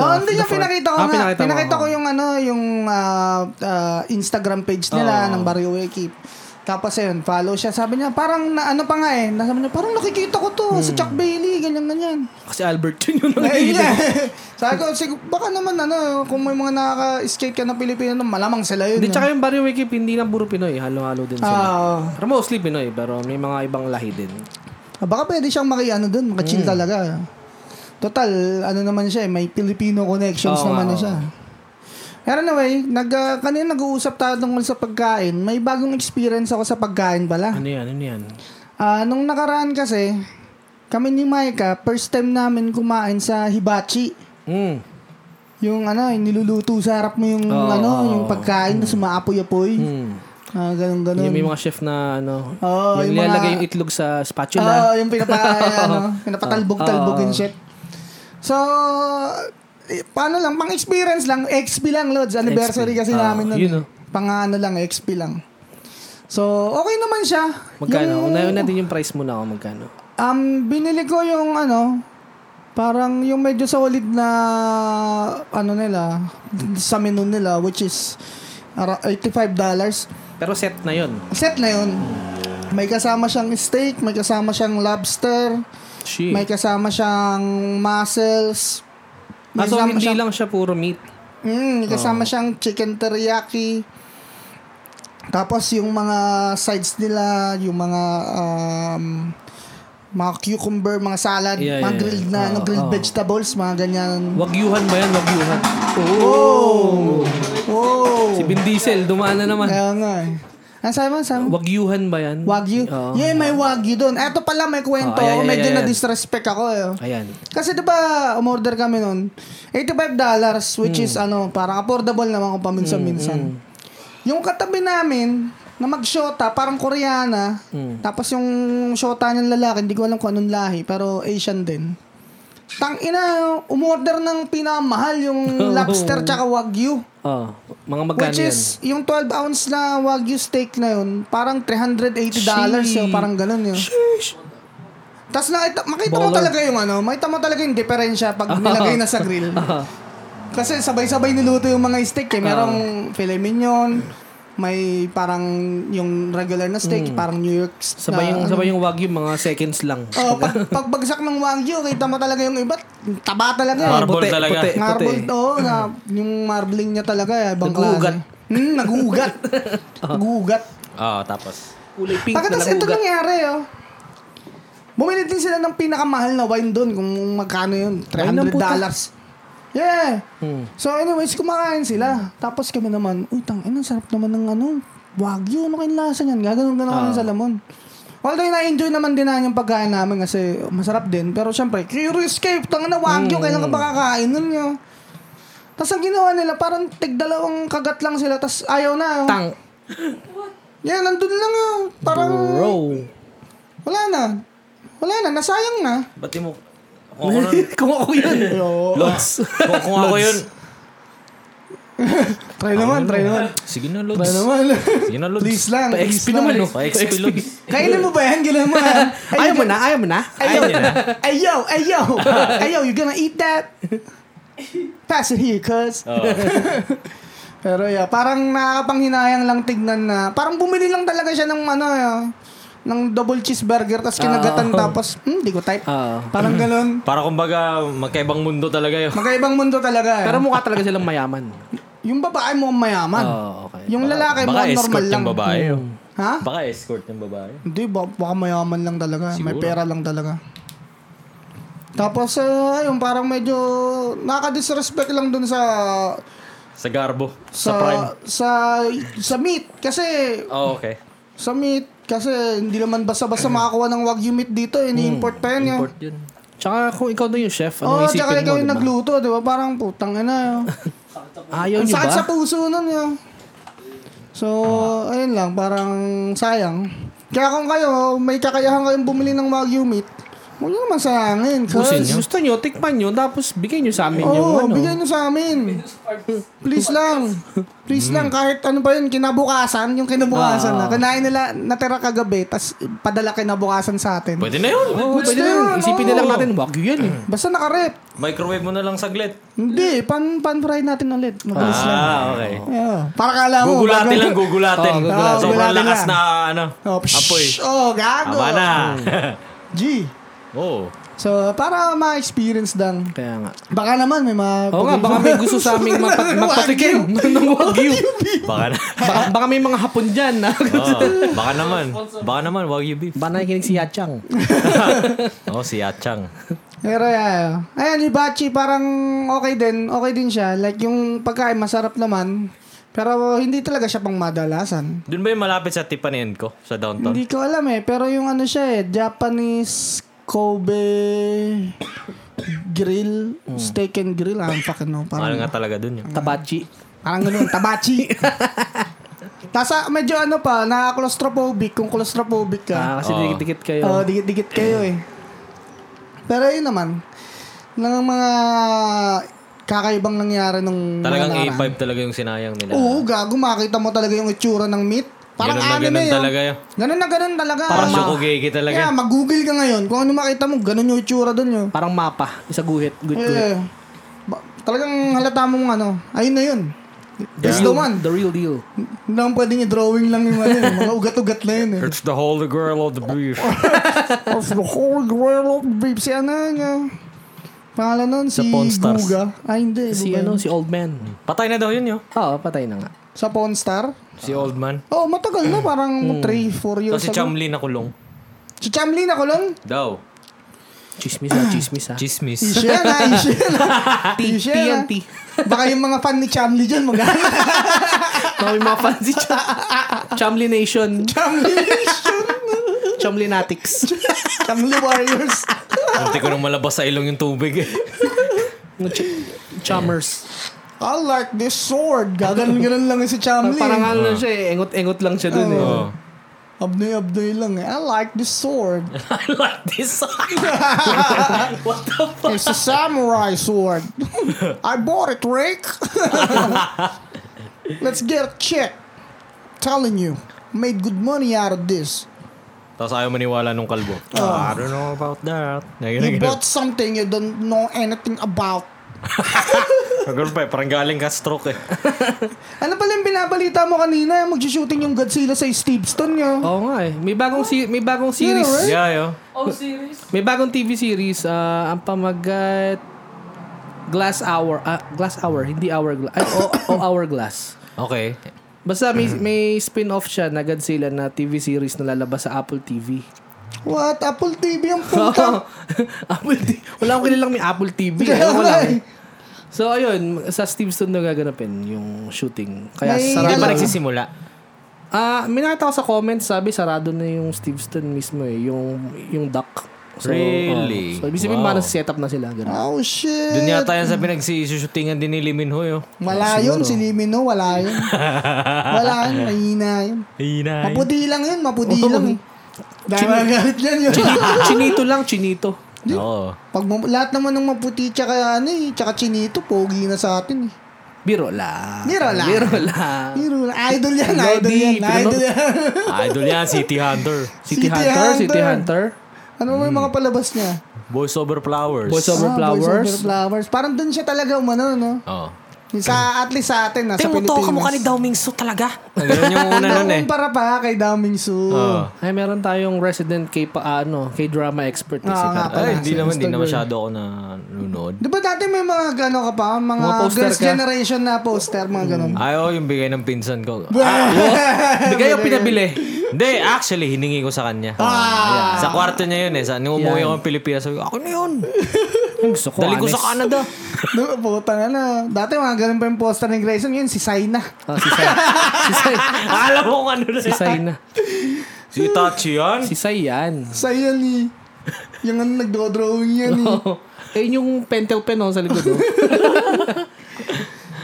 A: Oh, hindi
B: the
A: niya
B: fir-
A: pinakita ko
B: Ah,
A: nga. Pinakita,
B: mo,
A: ko
B: oh.
A: yung ano, yung ah, ah, Instagram page nila
B: Oo.
A: ng Barry Wekip. Tapos ayun, follow siya. Sabi niya, parang na, ano pa nga eh. Nasabi niya, parang nakikita ko to
B: Hmm.
A: sa Chuck Bailey, ganyan, ganyan.
B: Kasi Albert [laughs] yun yung
A: Ayun
B: nakikita.
A: nga. [laughs] Sabi ko, "Sig- baka naman ano, kung may mga nakaka-skate ka ng Pilipino, malamang sila yun. eh.
B: Hindi,
A: no?"
B: tsaka yung Barrio Wiki, hindi lang puro Pinoy. Halo-halo din sila.
A: Ah,
B: Pero mostly Pinoy, pero may mga ibang lahi din.
A: Ah, baka pwede siyang maki ano dun,
B: Mm.
A: makachill talaga. Total, ano naman siya eh, may Filipino connections
B: Oo,
A: naman na
B: oo.
A: siya. Pero anyway, nag, ah, kanina nag-uusap tayo tungkol sa pagkain. May bagong experience ako sa pagkain pala.
B: Ano yan? Ano yan?
A: Ah, nung nakaraan kasi, Kami ni Micah, first time namin kumain sa hibachi.
B: Hmm.
C: Mm.
A: Yung ano, yung niluluto sa harap mo yung
B: Oo. Hmm.
A: ano, yung pagkain, tapos maapoy-apoy.
C: Mm.
A: Ah, ganun, ganun.
B: Yung may mga chef na ano,
A: Oo,
B: yung,
A: Oh, yung mga-
B: nilalagay yung itlog
A: Ah,
B: sa
A: Oo,
B: spatula.
A: yung
B: [laughs]
A: pinapa, ano, pinapatalbog-talbog
B: Oo.
A: and shit. So, eh, paano lang, pang experience lang, XP lang, Lods. Anniversary kasi
B: Oo,
A: namin nun.
B: yun,
A: eh.
B: oh.
A: Pang ano lang, XP lang. So, okay naman siya.
B: magkano?
A: Yung-
B: Unahin natin yung price muna ako magkano.
A: Um, binili ko yung ano, parang yung medyo solid na ano nila, sa menu nila, which is ara- $85.
B: Pero set na yun.
A: Set na yun. May kasama siyang steak, may kasama siyang lobster,
B: Shit.
A: may kasama siyang mussels.
B: Ah,
A: May
B: so
A: kasama
B: hindi
A: siyang,
B: lang siya puro meat.
A: Mm, may kasama siyang chicken teriyaki. Tapos yung mga sides nila, yung mga um, mga cucumber, mga salad,
B: Yeah,
A: mga
B: yeah,
A: grilled na
B: yeah.
A: ano,
B: Oo,
A: grilled
B: oo.
A: vegetables, mga ganyan.
B: Wagyuhan ba yan? Wagyuhan.
A: Oh! Oh!
B: Si Vin Diesel, dumaan na naman.
A: Kaya nga eh. Ano sabi mo? Sabi mo?
B: Wagyuhan ba yan?
A: Wagyu?
B: Oo.
A: Yeah, may Wagyu doon. Eto pala may kwento.
B: Oh, ayan, ayan,
A: Medyo
B: ayan.
A: na-disrespect ako eh.
B: Ayan.
A: Kasi 'di ba, umorder kami noon. $85 which is ano, parang affordable naman kung paminsan-minsan. Yung katabi namin na magshota, parang Koreana. Tapos yung shota niyang lalaki, hindi ko alam kung anong lahi, pero Asian din. Tang ina, umorder ng pinamahal yung lobster tsaka wagyu.
B: Oh, mga magkano
A: Which
B: yan?
A: is, yung 12 ounce na Wagyu steak na yun, parang $380 dollars yun, parang ganun yun. Tapos nakita, makita mo
B: Baller.
A: talaga yung ano, makita mo talaga yung diferensya pag nilagay na sa
B: [laughs]
A: grill.
B: [laughs] Ah,
A: Kasi sabay-sabay niluto yung mga steak eh. Merong
B: Ah.
A: filet mignon, may parang yung regular na steak, parang New York s-
B: Hmm. sabay
A: na-
B: yung,
A: ano.
B: sabay yung wagyu, mga seconds lang.
A: Oh, pag, pagbagsak ng Wagyu, kita mo talaga yung iba, taba talaga. eh.
C: Marble talaga.
B: Puti,
A: Marble,
B: puti.
A: oo, na, yung marbling niya talaga, eh, ibang klase.
B: Nag-uugat.
A: Hmm, nag-uugat. nag-uugat.
C: Ah, tapos.
B: Kulay pink na
A: Pagkatapos,
B: lang
A: ito
B: ugat.
A: nangyari, oh. Bumili din sila ng pinakamahal na wine doon, kung magkano yun,
B: Wine
A: 300
B: ng puta.
A: dollars. Yeah.
B: Hmm.
A: So anyways, kumakain sila. Tapos kami naman, uy, tang, ina, sarap naman ng ano, wagyu, ano kayong lasa niyan? Gaganon-ganon
B: Ah.
A: kami sa lamon. Although, na-enjoy naman din namin yung pagkain namin kasi masarap din. Pero syempre, curious kayo, tanga na wagyu,
B: Hmm.
A: kailan ka ba kakain nun nyo? Tapos ang ginawa nila, parang tigdalawang kagat lang sila, tapos ayaw na. oh.
B: Tang.
A: Yan, nandun lang oh. Parang,
B: Bro.
A: wala na. Wala na, nasayang na.
C: Ba't di mo... Kung
B: [laughs]
C: ako nun,
B: [laughs] Kung ako yun. Lods.
C: kung, kung ako yun.
A: Try naman, try naman.
C: Sige na, Lods.
A: Try naman. [laughs]
C: Sige na, Lods.
A: Please lang.
B: Pa-XP
A: please
B: naman,
A: lang.
B: no?
C: Pa-XP, Lods.
A: Kainin mo ba yan? Gila mo ah.
B: [laughs] Ayaw mo na, ayaw mo na.
A: Ayaw,
C: Ayaw niya na.
A: ayaw, ayaw. Ayaw, you gonna eat that? Pass it here, cuz.
C: Oo.
A: [laughs] Pero yeah, parang nakakapanghinayang lang tignan na. Parang bumili lang talaga siya ng ano, ah, ng double cheeseburger tapos
B: Ah,
A: kinagatan tapos, hmm, di ko type.
B: Oo.
A: Parang
B: [laughs]
A: ganun.
C: Para kumbaga, magkaibang mundo talaga yun.
A: Magkaibang mundo talaga eh.
B: Pero mukha talaga silang mayaman.
A: yung babae mo ang mayaman.
B: Oh, okay.
A: Yung lalaki mo
C: Baka
A: ang normal
C: escort
A: lang.
C: yung babae. yun.
A: Ha?
C: Baka escort yung babae.
A: Hindi, ba- baka mayaman lang talaga. May
C: Siguro.
A: pera lang talaga. Tapos, eh, yung parang medyo nakaka-disrespect lang dun sa
C: Sa Garbo. Sa,
A: sa
C: Prime.
A: sa, sa meat kasi
C: Oh, okay.
A: sa meat kasi hindi naman basta-basta makakuha ng wagyu meat dito, ini-import pa yan.
B: Hmm, Import yun. Tsaka kung ikaw na yung
A: Oh,
B: chef, anong isipin
A: tsaka
B: mo,
A: ikaw yung
B: diba?
A: nagluto, 'di ba? Parang putang ina. eh. yun.
B: Ayaw
A: Ang
B: niyo
A: sakit
B: ba?
A: sa puso nun yun. So, ayun lang, parang sayang. Kaya kung kayo, may kakayahan kayong bumili ng Wagyu meat, huwag nyo naman sayangin.
B: Gusto
A: Cause,
B: niyo? Gusto niyo, tikman niyo, tapos bigay niyo sa amin yung
A: Oo,
B: ano.
A: bigay nyo sa amin. Please lang. Please lang, kahit ano pa yun, kinabukasan, yung kinabukasan
C: Ah.
A: na. Kinain nila, natira kagabi, tas padala kinabukasan sa atin.
C: Pwede na yun.
B: Oo,
A: Gusto
B: pwede na yun.
A: yun,
B: Isipin na lang
A: oo.
B: natin, wagyu yan eh.
A: Basta nakarep.
C: Microwave mo na lang saglit.
A: Hindi, pan, pan-fry natin ulit. Mabilis lang.
C: Ah, okay.
A: Yeah. Para kala mo.
C: Gugulatin
A: Oh, bago- Oh,
C: lang, gugulatin.
B: Oo, gugulatin.
C: Sobrang
A: Gugulatin
C: lakas
A: lang.
C: na, ano,
A: Oh, psh,
C: apoy.
A: Oh, gago.
C: Tama [laughs] na. Oh,
A: G.
C: Oo.
A: So, para ma-experience lang.
B: Kaya nga.
A: Baka naman may mga...
B: Oo nga, baka may gusto sa aming
A: [laughs]
B: magpa- magpatikim ng [laughs] wagyu.
C: Baka [laughs] na.
B: Baka, baka may mga hapon dyan na
C: Oo, baka naman. Baka naman, Wagyu beef.
B: Ba [laughs] nakikinig si
C: [laughs]
B: Yachang?
C: Oo, si Yachang.
A: Pero yeah. Ayan, hibachi parang okay din. Okay din siya. Like yung pagkain masarap naman. Pero hindi talaga siya pang madalasan.
C: Doon ba yung malapit sa Tiffany and Co? Sa downtown?
A: Hindi ko alam eh. Pero yung ano siya eh, Japanese Kobe grill,
B: Hmm.
A: steak and grill. Ah, fucking no.
C: Mahal
A: Parang,
C: Ano nga talaga dun yun.
B: Tabachi.
A: parang
B: [laughs]
A: ganun, tabachi. Tasa, medyo ano pa, na-claustrophobic. Kung claustrophobic ka.
B: Ah, kasi
C: Oo.
B: dikit-dikit kayo.
A: Oo, dikit-dikit kayo eh. Pero yun naman, ng mga kakaibang nangyari nung
C: Talagang
A: mga
C: A5
A: nakaraan.
C: talaga yung sinayang nila.
A: Oo, gago, makita mo talaga yung itsura ng meat. Parang
C: Ganun ano na
A: anime
C: ganun
A: yun.
C: talaga yun.
A: Ganun na ganun talaga.
C: Parang
A: Parang
C: shokugeki talaga.
A: Kaya mag-google ka ngayon, kung ano makita mo, ganun yung itsura dun yun.
B: Parang mapa. Isa guhit. Good guhit.
A: Eh, ba- talagang halata mong ano, ayun na yun.
B: The
A: That's
B: real-
A: the one.
B: The real deal.
A: Hindi naman pwedeng i-drawing lang yung ano, yun, mga ugat-ugat na yun
C: [laughs]
A: eh.
C: It's the holy girl of the [laughs] beef.
A: of the whole world of babe. Si ano nga. Pangalan nun, si
C: Sa Pawn Stars.
A: Guga. Ay, hindi.
B: Si
A: Guga.
B: ano, si old man.
C: Patay na daw yun yun.
B: Oo, patay na nga.
A: Sa Pawn Star?
C: Si old man.
A: Oh, matagal na.
B: Hmm.
A: Parang 3, 4 years
C: Tapos si Chamli na kulong.
A: Si Chamli na kulong?
C: Daw.
B: Chismis ha, chismis ha.
C: Chismis.
A: Isya na, isya na.
C: [laughs]
A: Isya na.
B: TNT.
A: ah. Baka yung mga fan ni Chamli dyan, mag-
B: Kami mga fan si Cham- Chamli Nation.
A: Chamli Nation.
B: Chamlinatics.
A: Chamli Warriors.
C: Munti ko nang malabas sa ilong yung [laughs] tubig eh.
B: Ch- Chummers.
A: I like this sword. Gaganon-ganon lang eh si Chamli.
B: Parang ano lang siya eh. Engot-engot lang siya dun eh.
C: Oo.
A: Abnoy-abnoy lang eh. I like this sword.
C: I like this [laughs] song. What the fuck?
A: It's a samurai sword. I bought it, Rick. [laughs] Let's get a check. Telling you, made good money out of this.
C: Tapos ayaw maniwala nung kalbo. I don't know about that.
A: You
C: Nagiging [laughs]
A: bought something you don't know anything about.
C: Ganun pa eh, parang galing ka stroke eh.
A: Ano pala yung binabalita mo kanina? Magsushooting yung Godzilla sa Steve Stone nyo.
B: Oo nga eh. May bagong, si- may bagong series.
A: Yeah, right?
C: [laughs] Yeah, yo.
D: Oh, series?
B: May bagong TV series. ah, ang pamagat... Glass Hour. Ah, Glass Hour. Hindi Hourglass. Ay, o, o Hourglass.
C: Okay.
B: Basta may, may spin-off siya na Godzilla na TV series na lalabas sa Apple TV.
A: What? Apple TV ang
B: [laughs]
A: puta.
B: Apple TV. Wala akong kilalang may Apple TV. Ewan ko lang. So, ayun. Sa Steve Stone na gaganapin yung shooting. Kaya
A: May-
B: sarado.
C: Hindi pa
A: Alam.
C: nagsisimula.
B: Ah, may nakita ko sa comments, sabi sarado na yung Steve Stone mismo eh. Yung, yung duck.
C: Really?
B: oh. so, ibig sabihin
C: Wow.
B: wow. setup na sila. Ganun.
A: Oh, shit.
C: Doon yata yan sa pinagsisushootingan din ni Limin Ho, yo.
A: Wala yun, si Limino, wala yun. wala yun, mahina yun.
C: Hinay.
A: Maputi lang yun, maputi lang eh. Dahil magalit yan yun.
B: [laughs] chinito lang, chinito.
C: Oo.
A: Pag mam- lahat naman ng maputi tsaka ano eh, tsaka chinito, pogi na sa atin eh.
B: Biro lang.
A: Biro lang.
B: Biro
A: [laughs]
B: lang.
A: Pero idol yan, idol
B: Lodi,
A: yan,
B: pero-
A: idol yan. [laughs]
C: Idol yan, City Hunter.
A: City
B: City, Hunter, City
A: Hunter.
B: Hunter.
A: ano ba
B: Hmm.
A: yung mga palabas niya?
C: Boys over flowers.
B: Boys Over
A: Ah, Boys
B: Flowers.
A: Over Flowers. Parang dun siya talaga umano, no?
C: Oo.
A: Sa, at least sa atin, na, sa Pilipinas.
C: Dao Mingsu talaga. Ganun [laughs] yung una
B: Ano
C: nun eh.
A: Noon para pa kay Daming Su.
C: Oo.
B: Ay, meron tayong resident kay pa, ano, kay drama expert. na si
A: Ah, nga
B: Carl.
A: pala.
C: Ay, hindi
A: Si
C: naman, hindi
A: Mr.
C: na masyado ako na nunod.
A: Di ba dati may mga gano ka pa? Mga,
B: Mga poster
A: girls
B: ka?
A: generation na poster, mga ganon.
C: Ayaw yung bigay ng pinsan [laughs] ko.
A: [laughs]
B: Hmm. Ah, Bigay o pinabili?
C: Hindi, actually, hiningi ko sa kanya.
A: Ah!
C: Sa kwarto niya yun eh. Sa, nung
B: Yan.
C: umuwi ako ng Pilipinas, sabi ko, ako na yun.
B: Gusto ko,
C: Dali ko sa
B: honest.
C: Canada.
A: Diba, puta na na. Dati mga ganon pa yung poster ni Grayson, yun si Saina.
B: Ah, si Sai. si Sai.
C: Alam mo kung ano na.
B: Si Sai na.
C: Si Itachi yan.
B: Si Sai
C: [laughs]
B: yan.
A: Sayan ni. Yung ano, nagdo-drawing yan eh.
B: eh, yung pentel pen oh, sa likod. Oh.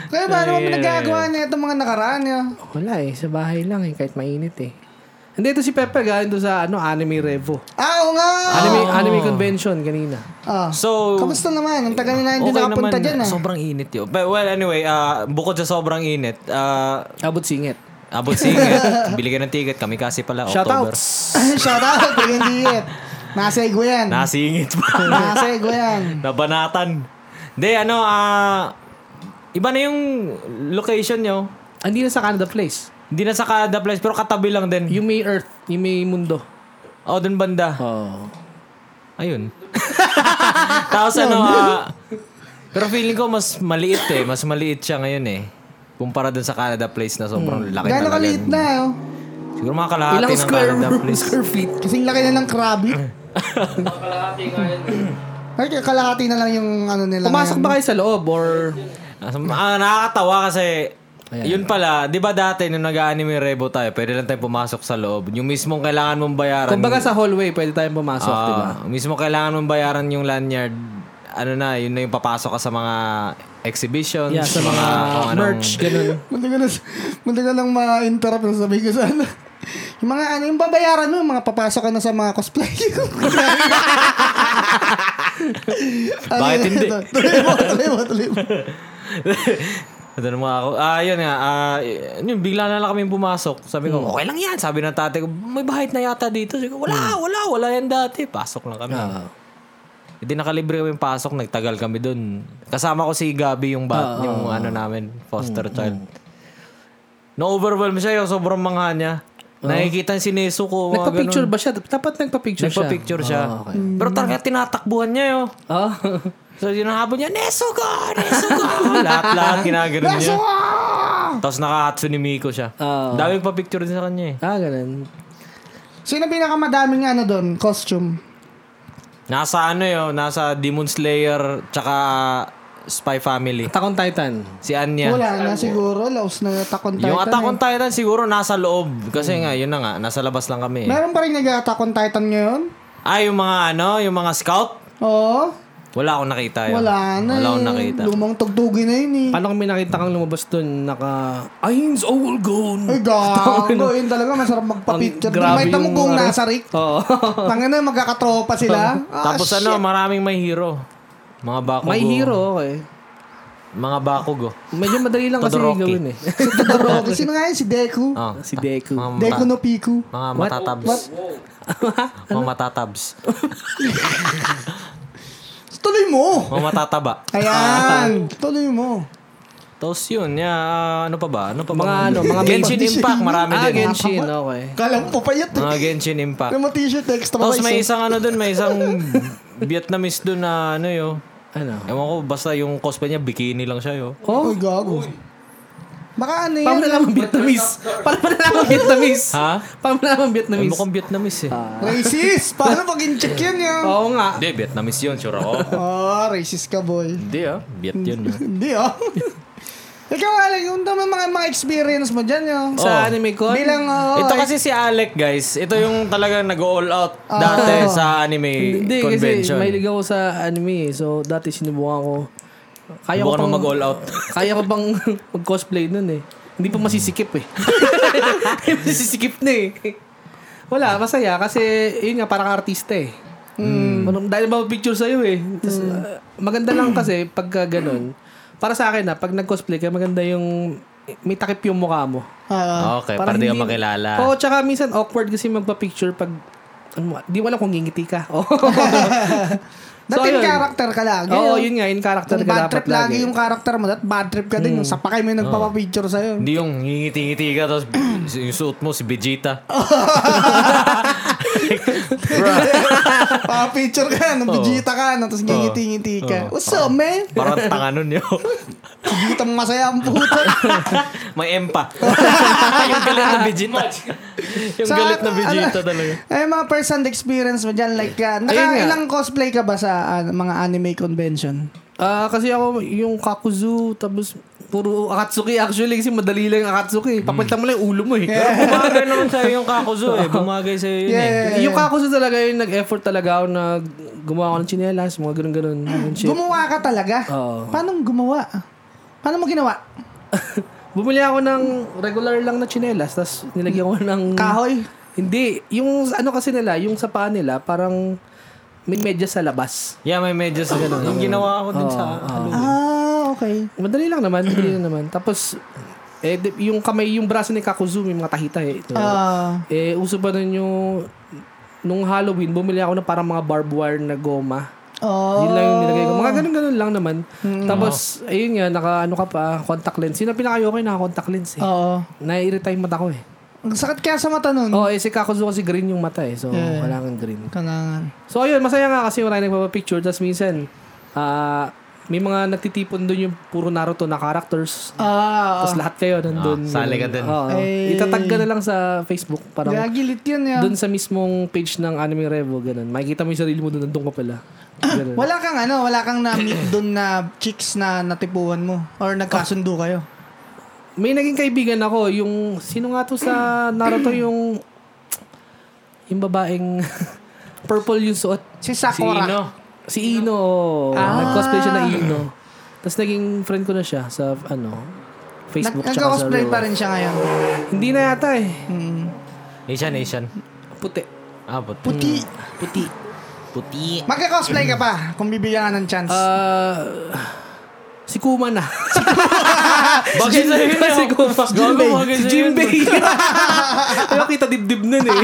A: Kaya ba naman pinagagawa niya itong mga nakaraan niya?
B: Wala eh, sa bahay lang eh, kahit mainit eh. Hindi, ito si Pepe galing doon sa ano, Anime Revo.
A: Ah, oo nga!
B: Anime, anime convention kanina.
A: Ah.
C: Ano So,
A: Kamusta naman? Ang tagal na hindi
C: okay naman.
A: nakapunta dyan [laughs] ah.
C: Sobrang init yun. But, well, anyway, ah, bukod sa sobrang init, ah,
B: Abot singit.
C: abot singit. Bili ka ng ticket. Kami kasi pala, October.
B: Shoutouts!
A: Shout out, Kuya Diet. Nasego yan.
C: Nasingit
A: [laughs]
C: pa.
A: Nasego
C: [laughs]
A: yan.
C: Nabanatan. Hindi, ano, ah, iba na yung location nyo.
B: Hindi na sa Canada Place.
C: Hindi na sa Canada Place, pero katabi lang din.
B: Yung may Earth, yung may mundo.
C: Oh, dun banda.
B: Oh.
C: Ayun. [laughs] Tapos ano, ah, pero feeling ko mas maliit eh. Mas maliit siya ngayon eh. Kumpara dun sa Canada Place na
B: Hmm.
C: sobrang laki
A: Gano'ng
C: talaga.
A: kaliit na oh.
C: Siguro mga kalahati
B: Ilang
C: ng
B: square,
C: Canada
B: [laughs]
C: Place.
B: square feet?
A: Kasing laki na ng krabi.
D: Kalahati nga yan.
A: Ay, kalahati na lang yung ano nila.
B: Pumasok
A: ngayon.
B: [laughs] ba kayo sa loob or...
C: Ah, nakakatawa kasi Yun pala, di ba dati nung nag-anime rebo tayo, pwede lang tayo pumasok sa loob. Yung mismong kailangan mong bayaran.
B: Kumbaga sa hallway, pwede tayong pumasok, diba?
C: Ah,
B: di ba?
C: Mismo kailangan mong bayaran yung lanyard. Ano na, yun na yung papasok ka sa mga exhibitions,
B: Yeah, sa mga ano,
C: kung anong-
B: merch, [laughs] ganun.
A: Munti ko na, munti ko lang ma-interrupt na sabihin ko sana. Yung mga ano, yung babayaran mo, yung mga papasok ka na sa mga cosplay. Ano
C: [laughs] Bakit
A: yun?
C: hindi?
A: Tuloy mo, tuloy mo, tuloy mo.
C: Ito naman ako. Ah, yun nga. Ah, yun, bigla na lang kami pumasok. Sabi
B: Hmm.
C: ko, okay lang yan. Sabi ng tate ko, may bahay na yata dito. Sabi ko,
B: Hmm.
C: wala, wala, wala yan dati. Pasok lang kami.
B: Ah.
C: Hindi nakalibre kami pasok, nagtagal kami dun. Kasama ko si Gabi yung
B: Ah,
C: bat, yung ano namin,
B: Hmm,
C: foster child. Na-overwhelm siya yung sobrang mangha niya. Nakikita niya si Nesu ko. mga
B: Ah. Nagpa-picture ba siya? Dapat nagpa-picture siya. Ah,
C: Nagpa-picture siya. Pero talaga tinatakbuhan niya yun.
B: Oh.
C: So hinahabol niya, Nesugo! Nesugo!
B: [laughs]
C: Lahat-lahat ginagano niya. Oh. Tapos naka-Hatsune Miku siya.
A: Oh.
B: Oo.
C: Daming pa-picture din sa kanya eh.
B: [laughs] ah, ganun.
A: Sino pinakamadaming ano doon, costume?
C: Nasa ano yun, nasa Demon Slayer, tsaka Spy Family.
B: Attack on Titan.
C: Si Anya.
A: Wala na siguro, laos na Attack on Titan.
C: Yung Attack on
A: eh. Hmm.
C: Titan siguro nasa loob. Kasi nga, yun na nga, nasa labas lang kami eh.
A: Meron pa rin nag-Attack on Titan ngayon?
C: Ah, yung mga ano, yung mga scout,
A: Oo.
C: wala akong nakita yun.
A: Wala na
C: Wala
A: eh.
C: akong nakita.
A: Lumang tugtugin na yun eh.
B: Paano kung may nakita kang lumabas dun, naka, Ain's all gone.
A: Ay,
C: [laughs]
A: gago. Yun talaga, masarap magpa-picture.
B: grabe
A: Makita mo
B: yung
A: kung
B: ano.
A: nasa Rick.
B: [laughs] Oo.
A: [laughs] Tangin na, magkakatropa sila. Ah,
C: Tapos ano, maraming may hero. Mga Bakugo.
B: May hero, okay.
C: Mga Bakugo.
B: Medyo madali lang kasi
C: Todoroki.
B: gawin eh. Ah,
A: si Todoroki. Sino nga yun? Si Deku.
C: Oh.
B: [laughs] si Deku.
C: Mga,
A: Deku
C: mata-
A: no Piku.
C: mga matatabs.
A: [laughs]
C: Mga matatabs.
A: Tuloy mo!
C: Mga
A: [laughs]
C: matataba. Ah.
A: Ayan! Tuloy mo.
C: Tapos yun, yeah, ah, ano pa ba? Ano pa ba?
B: Mga ano, mga
C: Genshin Impact, marami
B: ah,
C: din.
B: Genshin, okay.
A: Kala mo papayat eh.
C: Mga Genshin Impact.
A: Alam mo t-shirt extra
C: Ah. Tapos
A: pa
C: may
A: isa.
C: isang ano dun, may isang Vietnamese dun na ano yun.
B: Ano?
C: Ewan ko, basta yung cosplay niya, bikini lang siya yun.
A: Oh, gago. Baka ano yan?
B: Paano nalaman [laughs] Vietnamese? Paano pa nalaman [laughs] Vietnamese?
C: Ha?
B: Paano pa nalaman
C: Eh,
B: Vietnamese?
C: mukhang Vietnamese eh.
B: Ah.
A: Racist! Paano pag in-check yan yun?
C: Ah.
B: Oo nga.
C: Hindi, Vietnamese yun, sure ako.
A: Oh, racist ka boy.
C: Hindi ah, Viet yun.
B: [laughs]
A: Hindi
C: [laughs]
A: oh. Ikaw, Alec, yung naman mga, mga experience mo dyan yun.
B: Sa anime con?
A: Bilang, oh,
C: Ito kasi si Alec guys, ito yung talagang nag-all out dati sa anime
B: Ah. Hindi, kasi
C: convention.
B: mahilig ako sa anime eh. So, dati sinubukan ko. Kaya
C: Bukan
B: ko
C: mo
B: pang,
C: mag-all out.
B: kaya ko bang [laughs] mag-cosplay nun eh. Hindi pa masisikip
C: [laughs]
B: eh. [laughs] masisikip na eh. Wala, masaya. Kasi, yun nga, parang artista eh.
C: Hmm.
B: Mm. Dahil ba picture sa'yo eh. Tas, ah, maganda lang kasi pagka ganun. Para sa akin na, pag nag-cosplay ka, maganda yung may takip yung mukha mo.
A: Ah,
C: Okay, para di
B: hindi-
C: ka
B: Oh.
C: makilala.
B: Oo, tsaka minsan awkward kasi magpa-picture pag ano, mo, di mo alam kung ngingiti ka. [laughs] Oo. So,
A: Dati in
B: ayun.
A: character ka lagi.
B: Oo,
A: oh.
B: yun nga, in character
A: Kung
B: ka
A: bad
B: dapat Hmm.
A: trip lagi yung character mo, that bad trip ka din. Yung sapakay mo yung nagpapapicture sa'yo.
C: Hindi yung ngingiti-ngiti ka, tapos [clears throat] yung suot mo si Vegeta.
A: [laughs] Papapicture Ah, ka, nung Vegeta ka, nung tapos ngingiti-ngiti ka. What's up, man?
C: Parang tanga nun [laughs] yun.
A: Vegeta mo masaya ang puto.
B: [laughs]
C: May M [laughs] pa. yung galit na Vegeta. yung
A: Sa-
C: galit na Vegeta
A: ano-
C: talaga.
A: Ay, mga first-hand experience mo dyan, like, uh,
B: Ayun nga.
A: nakailang cosplay ka ba sa ah, mga anime convention?
B: Ah, kasi ako yung Kakuzu, tapos puro Akatsuki actually kasi madali lang yung
C: Mm.
B: Akatsuki. Papalitan mo lang yung ulo
A: [laughs]
B: mo eh.
C: Bumagay naman sa'yo yung Kakuzu [laughs] eh. Bumagay
B: Ano
C: sa'yo yun eh.
A: Yeah.
B: Yung Kakuzu talaga yung nag-effort talaga ako na gumawa ako ng chinelas, mga ganun-ganun. Yung shit.
A: Gumawa ka talaga?
B: Oo.
A: Paano gumawa? Paano mo ginawa?
B: [laughs] Bumili ako ng regular lang na chinelas, tapos nilagyan ko ng...
A: Kahoy?
B: Hindi. Yung ano kasi nila, yung sa paa nila, parang may medyas sa labas.
C: Yeah, may medyo sa ganun. Yung ginawa ko din sa...
A: Oh, Ah, okay.
B: Madali lang naman, madali lang naman. Tapos, eh, di- yung kamay, yung braso ni Kakuzu, may mga tahita eh. Ito.
A: Ah,
B: eh, uso pa nun yung, nung Halloween, bumili ako ng parang mga barbed wire na goma.
A: oh.
B: Yun lang yung nilagay ko. Mga ganun-ganun lang naman. Tapos, ayun nga, naka, ano ka pa, contact lens. Yun ang pinaka-okay, naka contact lens eh.
A: Oo.
B: Naiirita yung mata ko eh.
A: Ang sakit kaya sa mata nun.
B: Oo, oh, eh, si Kakuzu kasi green yung mata eh. So,
A: Mm. Yeah.
B: kailangan green.
A: Kailangan.
B: So ayun, masaya nga kasi wala nang picture Tapos minsan, ah, may mga nagtitipon doon yung puro Naruto na characters.
A: Ah,
B: Tapos lahat kayo nandun.
C: Ah, sali ka dun.
B: Oo.
A: Ay.
B: Itatag ka na lang sa Facebook. Parang
A: gagilit yun yan.
B: doon sa mismong page ng Anime Revo. Ganun. Makikita mo yung sarili mo doon. Nandun ka pala. Ganun.
A: [coughs] Wala kang ano,
B: [coughs]
A: wala kang na-meet doon na chicks na natipuan mo or nagkasundo kayo.
B: May naging kaibigan ako, yung sino nga to sa
A: [coughs]
B: Naruto yung yung babaeng [laughs] purple yung suot.
A: Si Sakura.
C: Sino?
B: Si Ino. oo.
A: Ah.
B: Nag-cosplay siya na Ino. Tapos naging friend ko na siya sa ano, Facebook.
A: Nag-
B: tsaka sa
A: Nag-cosplay
B: Lolo.
A: pa rin siya ngayon.
B: Hindi na yata eh.
C: Asian, Asian.
B: Puti.
C: Ah, puti. Hmm,
A: Puti.
B: Puti.
C: Puti.
A: Magka-cosplay ka pa kung bibigyan ka ng chance.
B: Ah, si Kuma na. [laughs]
C: Bagay sa'yo yun.
B: si Kuma.
C: Si Jinbei. Bagay
B: Si
C: sa'yo yun.
B: [laughs] Jinbei. Ayaw kita dibdib nun eh.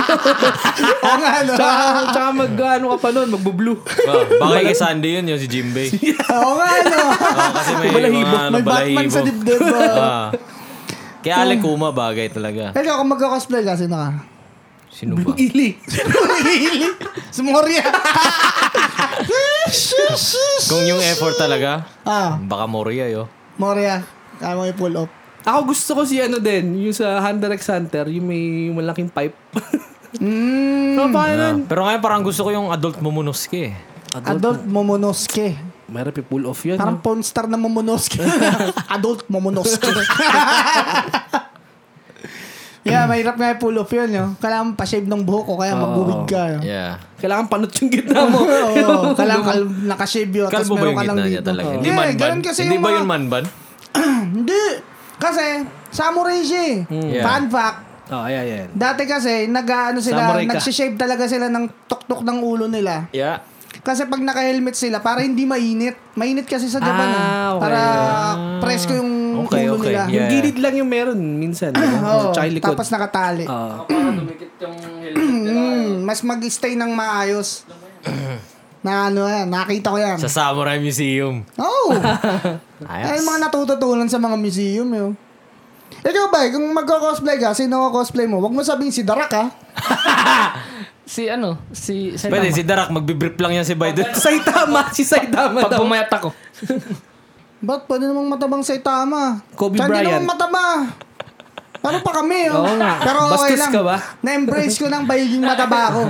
A: [laughs] Oo nga, no?
B: tsaka, tsaka mag, ano ka pa nun, magbublue.
C: Ah, bagay kay Sandy yun, yung si [laughs] Jimbei.
A: Oo nga,
B: [laughs]
A: no?
C: Ah, kasi may
B: Balahibo.
C: mga ano,
A: May Batman
C: balahibo.
A: sa dibdib. Hmm. Uh.
C: Ah. Kaya Ale Kuma bagay talaga.
A: Ikaw, kung magka-cosplay ka, sino ka?
C: Sino ba?
A: [laughs]
B: Ili.
A: Really? Si
B: [laughs]
A: Moria. [laughs]
C: Kung yung effort talaga,
A: ah,
C: baka Moria yo.
A: Moria. Kaya mo i-pull off.
B: Ako gusto ko si ano din, yung sa Hunter x Hunter, yung may malaking pipe.
A: Mm,
B: Ano pa
C: Ah.
B: nun?
C: Pero ngayon parang gusto ko yung adult Momonosuke.
A: adult Momonosuke.
B: Mayroon pull off yun.
C: Ano?
A: Parang porn star na
C: [laughs]
A: Momonosuke. adult Momonosuke. yeah, mahirap nga i-pull off yun. Yo. Kailangan pa-shave ng buhok ko, kaya magbuwig ka. Yo.
C: Yeah.
B: Kailangan panot yung gitna
A: [laughs]
B: mo.
C: [laughs]
A: Oo, kailangan kal- nakashave yun. tapos
C: Kalbo ba
A: meron
C: yung
A: ka lang
C: gitna niya
A: dito.
C: talaga?
A: Oo.
C: Hindi
A: Yeah,
C: manban.
A: ganun kasi
C: Hindi
A: yung
C: ba
A: mga-
C: yun manban?
A: [clears throat] Hindi. Kasi, samurai siya eh.
C: Hmm. Yeah.
A: Fun fact,
B: Oh, ayan, ayan.
A: dati kasi, nag ano sila,
B: Samurai ka.
A: nagsishave talaga sila ng tuktok ng ulo nila.
C: Yeah.
A: Kasi pag naka-helmet sila, para hindi mainit. Mainit kasi sa Japan
B: Ah,
A: ah,
B: okay.
A: Para presko yung
C: Okay,
A: ulo
C: okay.
A: nila.
C: Yeah.
B: Yung gilid lang yung meron minsan.
A: [clears throat] Oo,
B: Oh, Tsaka yung likod.
A: tapos nakatali.
B: Ah.
D: Para dumikit yung helmet
A: [clears throat]
D: nila.
A: Mm, mas mag-stay ng maayos. na ano yan, nakita ko yan.
C: Sa Samurai Museum.
A: Oh! Ay,
C: Ayos.
A: mga natututunan sa mga museum yun. Ikaw ba, kung magko-cosplay ka, sino ko cosplay mo? Huwag mo sabihin si Darak ha.
D: Si ano? Si Saitama.
C: Pwede, si Darak, magbibrip lang yan si Biden.
B: Saitama. Si Saitama
D: Pag
B: daw.
D: pumayat ako.
A: Ba't pwede namang matabang sa Itama?
B: Kobe
A: Saan
B: Bryant.
A: Saan namang mataba? Paano pa kami? Oh?
B: Oo nga.
A: Pero okay
B: Bastos
A: lang.
B: ka ba?
A: Na-embrace ko ng pagiging mataba ko.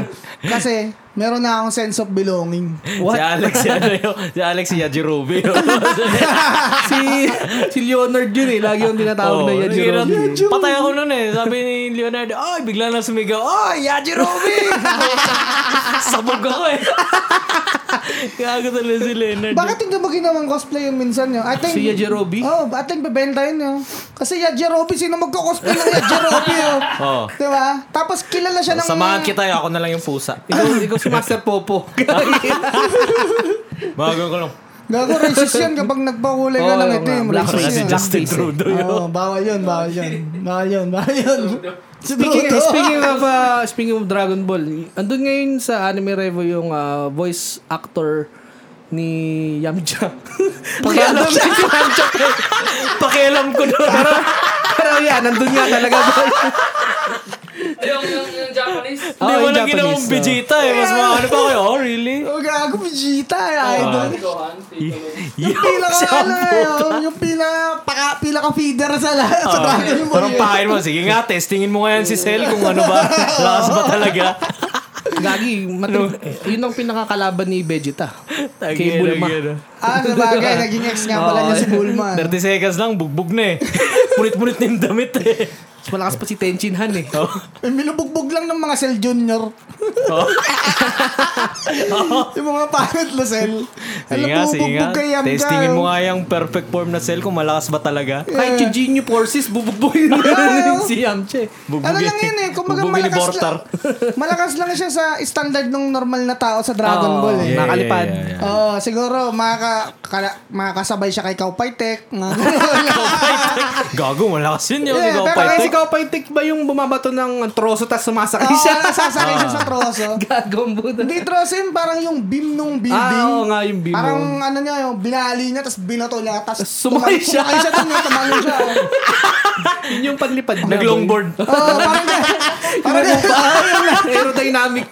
A: Kasi meron na akong sense of belonging.
C: [laughs] Si Alex, si ano yun? Si Alex, si Yajirobe.
A: [laughs]
B: si, si Leonard yun eh. Lagi yung tinatawag
C: Oo,
B: na
C: hirap.
B: Yajirobe.
C: Patay ako nun eh. Sabi ni Leonard, ay, bigla na sumigaw, ay, Yajirobe! [laughs] Sabog ako eh. [laughs] Gago talaga si Leonard.
A: Bakit hindi mo ginawang cosplay yung minsan yun? I think,
B: Si Yajirobe?
A: Oh, I think bebenta yun yun. Kasi Yajirobe, sino magko-cosplay ng Yajirobe yun?
C: Oh.
A: Diba? Tapos kilala siya ng...
C: Samahan kita, eh. ako na lang yung pusa.
B: Ikaw, ikaw si Master Popo.
C: Bago ko lang.
A: Gago, racist yun kapag nagpakulay ka
B: Oo,
A: ng
B: yun
A: ito
B: nga.
A: yung
B: Black
A: racist
B: Kasi
A: yun.
B: racism. Justin Trudeau
A: Oo, bawal yun, bawal yun. Bawal yun, bawal yun.
B: [laughs]
A: oh.
B: speaking,
A: Trudeau.
B: speaking of uh, speaking of Dragon Ball, andun ngayon sa Anime Revo yung uh, voice actor ni Yamcha. [laughs] Pakialam si Yamcha.
C: Pakialam ko na.
B: pero, pero yan, nandun nga [laughs] talaga.
D: yung, yung, yung Japanese.
B: Oo,
A: Ah,
C: Hindi mo
B: yung
C: lang
B: Japanese,
C: ginawang
B: oo.
C: Vegeta eh. Mas mga ano pa kayo, oh, really?
A: Oh, gago, Vegeta, eh,
C: Ah.
A: idol.
D: Si Gohan, si Gohan.
A: [laughs] Yung pila ka, ano, eh, yung pila, paka, pila ka feeder sa lahat, sa eh. Dragon Ball.
C: Ah. Parang
A: yun.
C: pahain mo. Sige nga, testingin mo ngayon si Cell kung ano
A: [laughs]
C: ba. Lakas ba talaga?
B: Gagi, matag- yun ang pinakakalaban ni Vegeta. Kay Bulma.
A: Ah, sa bagay, naging ex nga pala
C: Ah.
A: niya si Bulma.
C: 30 seconds lang, bugbog na eh. [laughs] Punit-punit na yung damit eh.
B: Mas malakas pa si Tenchin Han eh.
A: Eh, minubugbog lang ng mga Cell Junior.
C: Oh.
A: [laughs] yung mga pangit na Cell.
C: Sige nga, sige nga.
A: Bubugbog kay Yamcha.
C: Testingin mo nga yung perfect form na Cell kung malakas ba
A: [laughs]
C: talaga.
B: Kahit yung Jinyu Forces, [laughs] bubugbugin
A: Yeah.
B: si Yamcha eh.
A: Ano lang yun eh, kumbaga
C: bugbugin ni
A: malakas
C: Bortar. [laughs]
A: lang, malakas lang siya sa standard ng normal na tao sa Dragon
C: Oh,
B: Oo,
A: Ball eh.
B: Oh, yeah. Nakalipad.
A: Oo, siguro maka, kala, makakasabay siya kay Kaupay Tech.
C: [laughs]
A: mga ganun.
C: Gago, malakas yun yun.
A: Yeah,
C: Ikaw,
A: pero
C: Pai
B: Kaya
C: Tek.
B: si Kaupay Tik ba yung bumabato ng troso tapos sumasakay
A: Oo,
B: siya?
A: nasasakay siya sa
B: Ah. [laughs]
A: troso.
B: Gagong buta.
A: Hindi troso yun, parang yung beam nung building.
B: Ah, oo nga, yung beam,
A: Parang
B: oo.
A: ano niya, yung binali niya, tapos binato niya, tapos
B: Sumakay siya.
A: Sumakay siya, tumayo, tumayo
B: [laughs]
A: siya.
B: Yun yung panlipad na.
C: Nag-longboard.
A: Oo, parang ganun. Parang ganun.
B: Aerodynamic.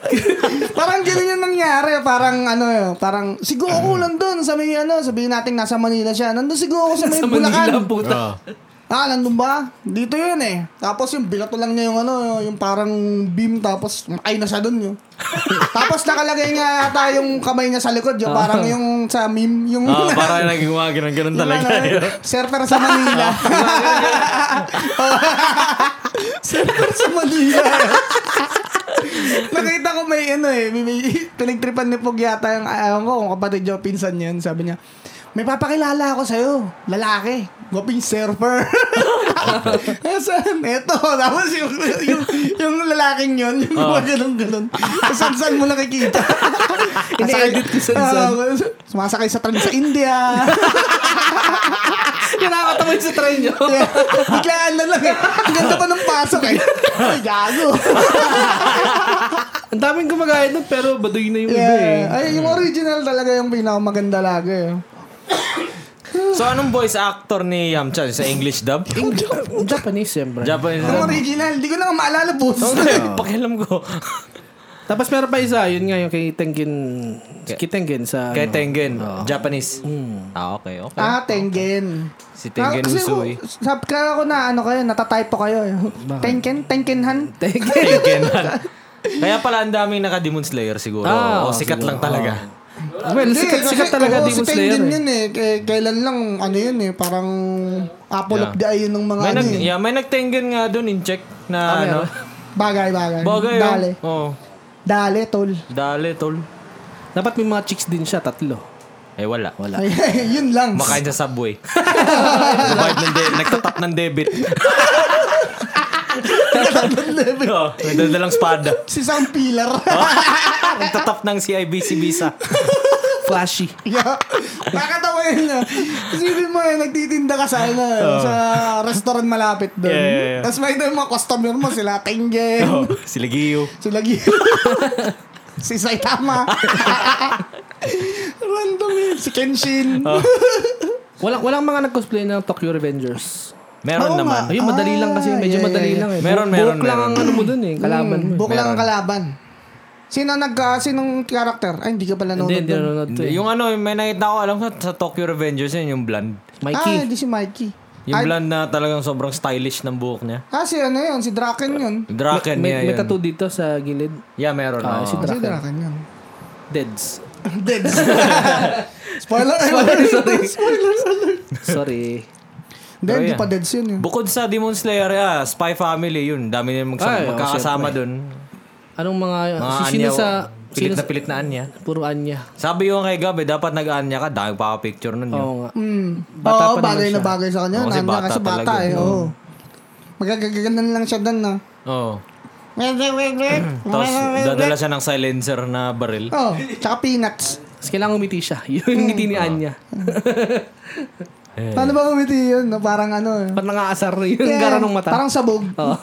A: parang ganun yung nangyari. Parang ano yun, parang si
B: Ah.
A: Goku nandun sa may ano, sabihin natin nasa Manila siya. Nandun si Goku sa may
B: sa
A: Bulacan.
B: Manila, puta.
C: Ah.
A: Ah, nandun ba? Dito yun eh. Tapos yung binato lang niya yung ano, yung parang beam tapos ay na siya dun
C: [laughs]
A: yun. tapos nakalagay nga ata yung kamay niya sa likod yun. Parang yung sa meme. Yung, [laughs]
C: Ah, parang naging mga ganun, ganun
A: yung
C: talaga.
A: ano, surfer sa Manila. [laughs] surfer sa Manila. Nakita ko may ano eh, may, may pinagtripan ni Pog yata yung ayaw ko, kung kapatid niya, o pinsan niya, yun, sabi niya, may papakilala ako sa'yo, lalaki, goping [laughs] surfer. Asan? Eto, tapos yung, yung, yung lalaking yun, yung mga ganun-ganun. Saan-saan mo [laughs] nakikita?
B: Ine-edit ko saan-saan.
A: Ah, Sumasakay sa tram sa India.
B: Kinakatawa yun sa try
A: [laughs]
B: nyo.
A: Yeah. Biglaan na lang eh. Ang ganda pa ng pasok eh. Ay,
B: [laughs]
A: gago.
B: Ang daming gumagaya nun, pero baduy na yung iba eh.
A: Yeah. Ay, yung original talaga yung pinakamaganda lagi. eh.
C: [laughs] so, anong voice actor ni Yamcha? Sa English dub?
B: Ang Japanese yan, bro.
C: Japanese
A: Ang
C: dub?
A: original, hindi ko na nga maalala po.
C: Okay, [laughs] pakialam ko.
B: Tapos meron pa isa, yun nga yung kay Tengen. Kay Tengen sa... ano.
C: Kay
B: Hmm.
C: Tengen, Japanese. Ah, okay, okay.
A: Ah, Tengen. Ah,
C: Si Tengen eh.
A: kasi
C: Uzui.
A: ko- Sab ka ako na ano kayo, natatype po kayo. eh. Tengen, Tengenhan. [laughs]
B: Tengen.
C: Tengen. Kaya pala ang daming naka-Demon Slayer siguro.
B: Ah,
C: o sikat
B: siguro.
C: lang talaga.
B: Well,
A: Hindi,
B: sikat,
A: kasi-
B: sikat
A: oo,
B: talaga Demon
A: si
B: Slayer
A: Tengen
B: eh.
A: yun eh. K- kailan lang, ano yun eh, parang apple of the eye yun ng mga
C: May
A: ano
C: nag
A: eh.
C: yeah, may nag-Tengen nga doon in check na
B: Ah,
C: ano.
A: Bagay, bagay.
C: Bagay yun.
A: Dali.
C: Oh.
A: Dali, tol.
C: Dali, tol.
B: Dapat may mga chicks din siya, tatlo.
C: Eh, wala. Wala.
A: [laughs] yun lang.
C: Makain sa subway. Bayad ng de- nagtatap ng
B: [laughs]
C: debit. Oo, may dadalang spada.
A: si Sam Pilar. [laughs]
C: Nagtatap ng CIBC visa.
B: Flashy.
A: Yeah. Nakakatawa yun na. Isipin mo eh, nagtitinda ka sa, ano, eh, sa restaurant malapit doon.
C: Oh. Yeah, yeah, yeah.
A: Tapos may doon mga customer mo, sila Tengen,
C: Oh, sila Giyo.
A: sila Gil. [laughs] si Saitama. [laughs] Random yun. Si Kenshin.
C: Oh.
B: Walang, walang mga nag-cosplay ng Tokyo Revengers.
C: Meron
A: Oo
C: naman.
A: nga.
B: Ayun, madali lang kasi.
A: Ah,
B: Medyo
A: yeah,
B: madali
A: yeah,
B: lang eh.
C: Meron,
B: Bu-
C: meron,
B: Buhok lang ang ano mo dun eh. Kalaban mo. eh.
A: Book lang ang
C: Meron.
A: kalaban. Sino nag, ah, sinong character? Ay, hindi ka pala
B: Hindi,
A: nanonood
B: hindi
A: doon.
B: nanonood to eh.
C: Yung ano, may nakita ko, alam ko sa Tokyo Revengers yun, yung blonde.
B: Mikey.
A: Ah, hindi si Mikey.
C: Yung
A: Ay,
C: blonde na talagang sobrang stylish ng buhok niya.
A: ah, si ano yun, si Draken yun.
C: Draken
B: may,
C: niya
B: may
C: yun.
B: tattoo dito sa gilid.
C: Yeah, meron.
B: Ah,
C: oo.
B: si
A: Si
B: Draken.
A: Draken yun.
B: Deads.
C: [laughs]
A: Dead. Spoiler
B: Sorry,
A: alert.
B: sorry. sorry.
A: Hindi,
C: Oh,
A: hindi
C: yeah.
A: pa dead eh. yun. yun.
C: Bukod sa Demon Slayer, ah, Spy Family, yun. Dami nila
B: Ay,
C: magsama,
B: oo,
C: magkakasama dun.
B: Anong mga...
C: Mga
B: Ah, si- sino
C: anya,
B: sa... Sino
C: pilit na
B: sa...
C: pilit na anya.
B: Puro anya.
C: Sabi yung kay Gabi, dapat nag-anya ka, dahil picture nun yun.
B: Oo nga.
A: Mm.
B: Bata
A: Oo,
B: pa naman
A: bagay na
B: siya.
A: bagay sa kanya.
C: Oo,
A: kasi bata kasi bata
C: talaga.
A: eh. Oo. Magagaganan lang siya doon na.
B: Oh.
C: Oo. Tapos dadala siya ng silencer na baril.
A: Oh, tsaka peanuts.
B: Tapos kailangan umiti siya. [laughs] Yung ngiti
C: Hmm.
B: ni
C: [laughs]
B: Anya.
A: Paano ba umiti yun? No? Parang ano eh.
B: Parang nangaasar yung
A: Yeah,
B: gara ng mata.
A: Parang sabog.
B: Oo.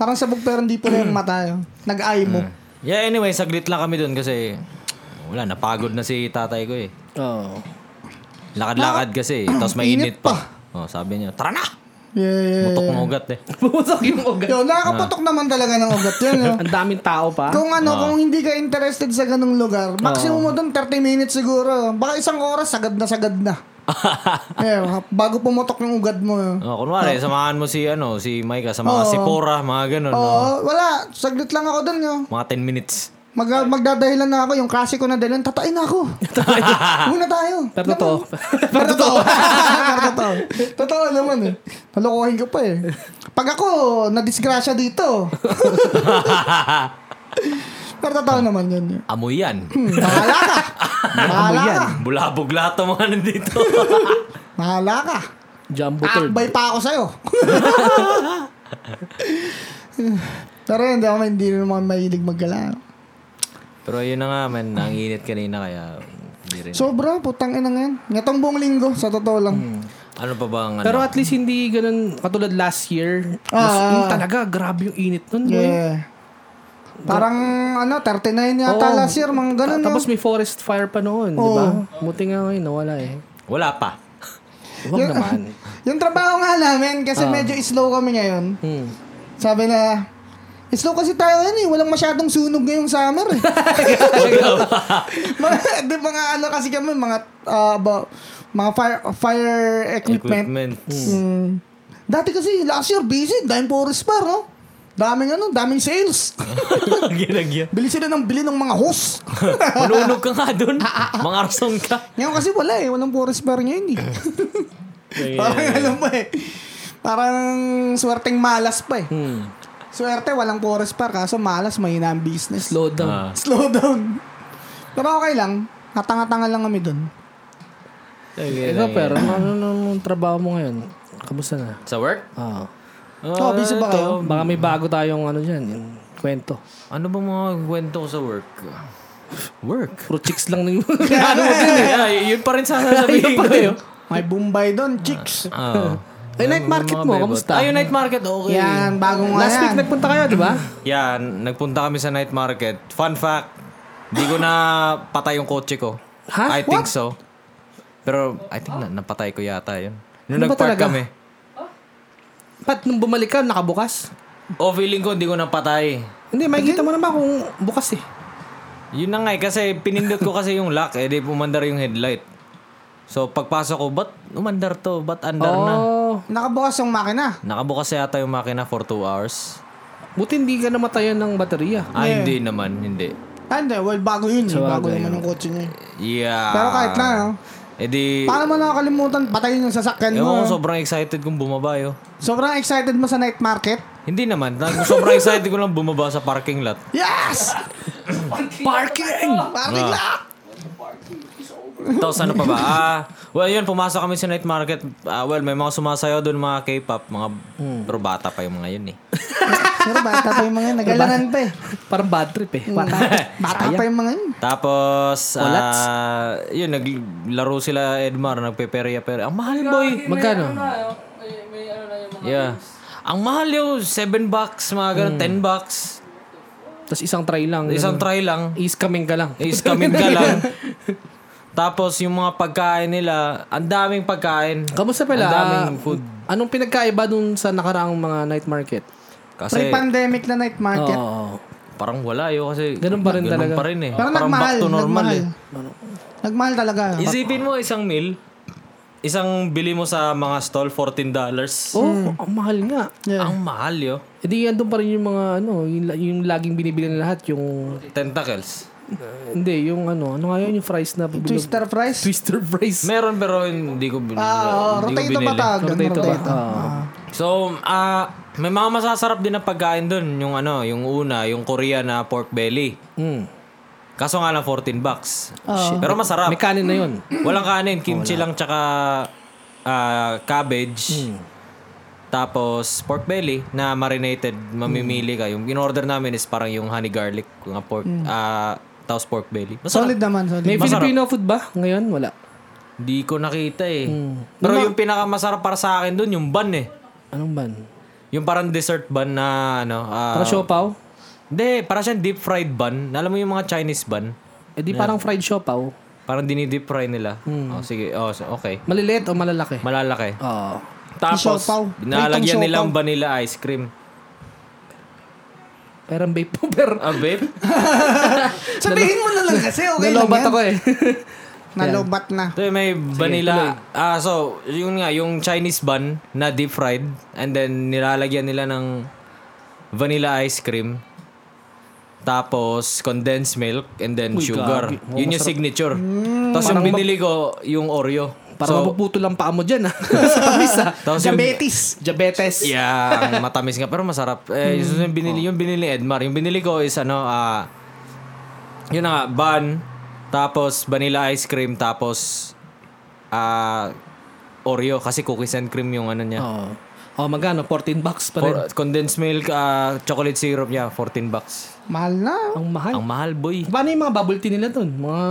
A: Parang sabog pero hindi pala yung mata. eh. Nag-eye mo.
C: Yeah, anyway, saglit lang kami dun kasi wala, napagod na si tatay ko eh.
B: Oo. [laughs] Ah.
C: Lakad-lakad kasi eh. Tapos may
A: Init
C: init pa. Oh, sabi niya, tara na!
A: Yeah, yeah,
C: Mutok
A: yeah.
C: mo ugat eh.
B: Pumusok yung ugat.
A: Yo, nakakaputok naman talaga ng ugat yun.
B: [laughs]
A: no?
B: Ang daming tao pa.
A: Kung ano, kung hindi ka interested sa ganung lugar, maximum mo doon 30 minutes siguro. Baka isang oras, sagad na sagad na. eh, bago pumotok yung ugat mo. eh.
B: Ah.
C: Oh, kunwari, samahan mo si ano, si Micah sa mga
B: Oh.
A: Oo.
C: Sephora, mga ganun.
A: Oo,
C: no?
A: wala. Saglit lang ako doon. Yo.
C: Mga 10 minutes.
A: Mag, magdadahilan na ako. Yung kasi ko na dahilan, tatain na ako. [laughs] Muna tayo.
B: Pero totoo.
A: Pero [laughs] totoo. Pero totoo. Totoo naman eh. Nalokohin ko pa eh. Pag ako, nadisgrasya dito. Pero totoo naman yun.
C: [laughs]
A: yo.
C: Amoy yan.
A: Hmm, Bahala ka. Bahala ka.
C: Bulabog lahat ang mga nandito. [laughs]
A: Bahala ka.
B: Jumbo third.
A: Akbay pa ako
B: [laughs]
A: sa'yo. Pero yun, hindi ako hindi rin naman mahilig maggala.
C: Pero yun na nga, man. Ang init kanina kaya hindi rin.
A: Sobra, putang ina ngayon. Ngayong buong linggo, sa totoo lang.
B: Hmm.
C: ano pa ba ang ano?
B: Pero at least hindi ganun katulad last year. mas,
A: Ah.
B: yung talaga, grabe yung init nun. boy.
A: Yeah. Parang ano, 39 yata
B: Oo.
A: last year, mga ganun. no?
B: Ta- Tapos may forest fire pa noon, di
A: Oo.
B: ba? Buti nga ngayon, nawala eh.
C: Wala pa.
B: Huwag
A: [laughs]
B: naman.
A: Yung trabaho nga namin,
B: Ah.
A: kasi medyo slow kami ngayon.
B: Hmm.
A: Sabi na, slow kasi tayo ngayon eh. Walang masyadong sunog ngayong summer eh. mga, di, mga ano kasi kami, mga, ah, ba- mga fire, fire equipment.
C: Equipment.
A: Mm. Dati kasi, last year, busy. Daming forest bar, no? Daming ano, daming sales.
C: Ginagyan.
A: bili sila ng bili ng mga host.
C: Manunog ka nga dun. Mga arsong ka.
A: Ngayon kasi wala eh. Walang forest bar ngayon eh. Parang alam mo eh. Parang swerteng malas pa eh.
C: Hmm.
A: Swerte, walang forest bar. Kaso malas, mahina ang business.
B: Slow down.
A: [laughs]
C: Ah.
A: Slow down. Pero okay lang. Katanga-tanga lang kami dun.
B: Ikaw, pero, ano nung trabaho mo ngayon? Kamusta na?
C: Sa work? Ah,
B: Oo.
A: Oh, busy ba kayo?
B: Baka may bago tayong ano dyan, yung kwento.
C: Ano ba mga kwento ko sa work? Work?
B: Puro chicks lang yung... [laughs]
C: ano mo din eh. Ah, yun pa rin sana sabihin ko. eh.
A: May Bombay dun, chicks.
C: Oo.
B: Ay, night market
C: Mga
B: mo,
C: bebot.
B: kamusta?
C: Ah, yung night market, okay.
A: Yan, bagong nga
B: Last week
A: yan.
B: nagpunta kayo, di ba?
C: Yan, nagpunta kami sa night market. Fun fact, di ko na patay yung kotse ko.
B: Ha?
C: I think so. Pero I think na, napatay ko yata yun. Nung
B: Ano ba
C: nagpark
B: talaga?
C: kami.
B: Pat, nung bumalik ka, nakabukas.
C: O oh, feeling ko hindi ko napatay.
B: Hindi, makikita mo naman kung bukas eh.
C: Yun na nga eh, kasi pinindot ko kasi yung lock, eh di umandar yung headlight. So pagpasok ko, ba't umandar to? Ba't andar na?
B: Oh,
A: Nakabukas yung makina.
C: Nakabukas yata yung makina for 2 hours.
B: buti hindi ka namatayan ng baterya.
C: Ah, hindi naman, hindi.
A: Ah, Hindi, well, bago yun. eh. bago
C: oh.
A: naman yung kotse niya. eh.
C: Yeah.
A: Pero kahit na, no?
C: Eh di,
A: Paano mo nakakalimutan patayin yung sasakyan mo?
B: ano?
C: ewan ko sobrang excited kung bumaba yo.
A: Sobrang excited mo sa night market?
C: Hindi naman. Nag- Sobrang excited ko lang bumaba sa parking lot. [laughs]
A: Yes! Parking! Parking
C: Ah.
A: lot!
C: Tapos ano pa ba? Ah, well, yun, pumasok kami sa night market. Ah, well, may mga sumasayaw doon mga K-pop, mga pero bata pa yung mga yun eh.
A: Pero bata pa yung mga yun. Nagalanan pa eh.
C: Diba?
B: Parang bad trip eh. Bata.
A: Bata pa yung mga yun.
C: Tapos, ah, yun, naglaro sila Edmar, nagpeperya-perya. Ang mahal, boy!
B: Magkano?
D: Ah,
C: Yeah. Ang mahal yun, 7 bucks, mga ganun, 10 bucks.
B: Tapos isang try lang.
C: Isang try lang.
B: Is coming ka lang.
C: Is coming ka lang. Tapos yung mga pagkain nila, ang daming pagkain.
B: [laughs] Kamusta pala?
C: Ang daming
B: Ah,
C: food.
B: Anong pinagkaiba dun sa nakaraang mga night market?
C: Kasi
A: Pre-pandemic na night market.
B: Oo.
C: parang wala yun kasi
B: Ganun pa rin talaga.
C: pa rin eh.
A: Parang,
C: parang
A: nagmahal.
C: back to normal
A: nagmahal.
C: eh.
A: Nagmahal talaga.
C: Isipin mo isang meal, isang bili mo sa mga stall, $14. dollars.
B: Oh, ang mahal nga.
A: Yeah.
C: Ang mahal yo.
B: E di andun pa rin yung mga ano, yung, la- yung laging binibili na lahat. Yung,
C: Tentacles.
B: hindi, yung ano, ano nga yun, yung fries na bilog-
A: Twister fries.
B: Twister fries.
C: Meron pero hindi ko bin-
A: Ah, rotato ba
C: hindi ko binili.
A: tawag? doon?
B: Rotato ba?
A: Rotato. Ah.
C: So, ah, may mga masasarap din na pagkain doon. Yung ano, yung una, yung Korea na pork belly.
B: Mm.
C: Kaso nga lang 14 bucks. Pero masarap.
B: Oh. May kanin na yun.
C: [clears throat] Walang kanin, kimchi lang tsaka ah, cabbage.
B: Hmm.
C: Tapos pork belly na marinated,
B: Hmm.
C: mamimili ka. Yung in-order namin is parang yung honey garlic, yung pork, ah, tapos pork belly. Masarap.
A: Solid naman, solid.
B: May Filipino food ba? Ngayon, wala.
C: Hindi ko nakita eh.
B: Hmm.
C: Pero yung pinakamasarap para sa akin dun, yung bun eh.
B: Anong ban?
C: Yung parang dessert bun na ano. ah,
B: Para siopaw?
C: Hindi, parang siyang deep fried bun. Alam mo yung mga Chinese bun?
B: E di parang fried siopaw.
C: Parang dinideep fry nila. Oh, sige. Oh, so- okay.
B: Maliliit o malalaki?
C: Malalaki.
B: Oo.
C: Tapos,
A: Siopaw. Pritong
C: nalagyan nilang vanilla ice cream.
B: Parang vape po,
C: [laughs]
B: pero...
C: Ah, babe?
A: Sabihin mo na lang kasi, okay lang
B: Nalobat
A: yan.
B: ako
C: [laughs]
B: eh.
A: Nalobat na.
C: So, may vanilla. Ah, so, yun nga, yung Chinese bun na deep fried and then nilalagyan nila ng vanilla ice cream. Tapos condensed milk and then sugar.
B: gabi. Oh,
C: yun yung signature. Tapos yung binili ko, yung Oreo.
B: Parang
C: so,
B: mapuputo lang paa mo dyan ah. [laughs] Sa tamis ah.
C: tapos yung-
A: Diabetes.
B: Diabetes.
C: Yeah, ang matamis nga pero masarap.
B: Hmm.
C: Eh, yung, yung binili,
B: Oh.
C: yung binili ni Edmar, yung binili ko is ano, ah yun na nga, bun, tapos vanilla ice cream, tapos ah Oreo kasi cookies and cream yung ano niya.
B: Oo. Oh, magkano? 14 bucks pa rin.
C: For- condensed milk, ah, chocolate syrup niya, 14 bucks.
A: Mahal na.
B: Ang mahal.
C: Ang mahal, boy.
B: Paano yung mga bubble tea nila dun? Mga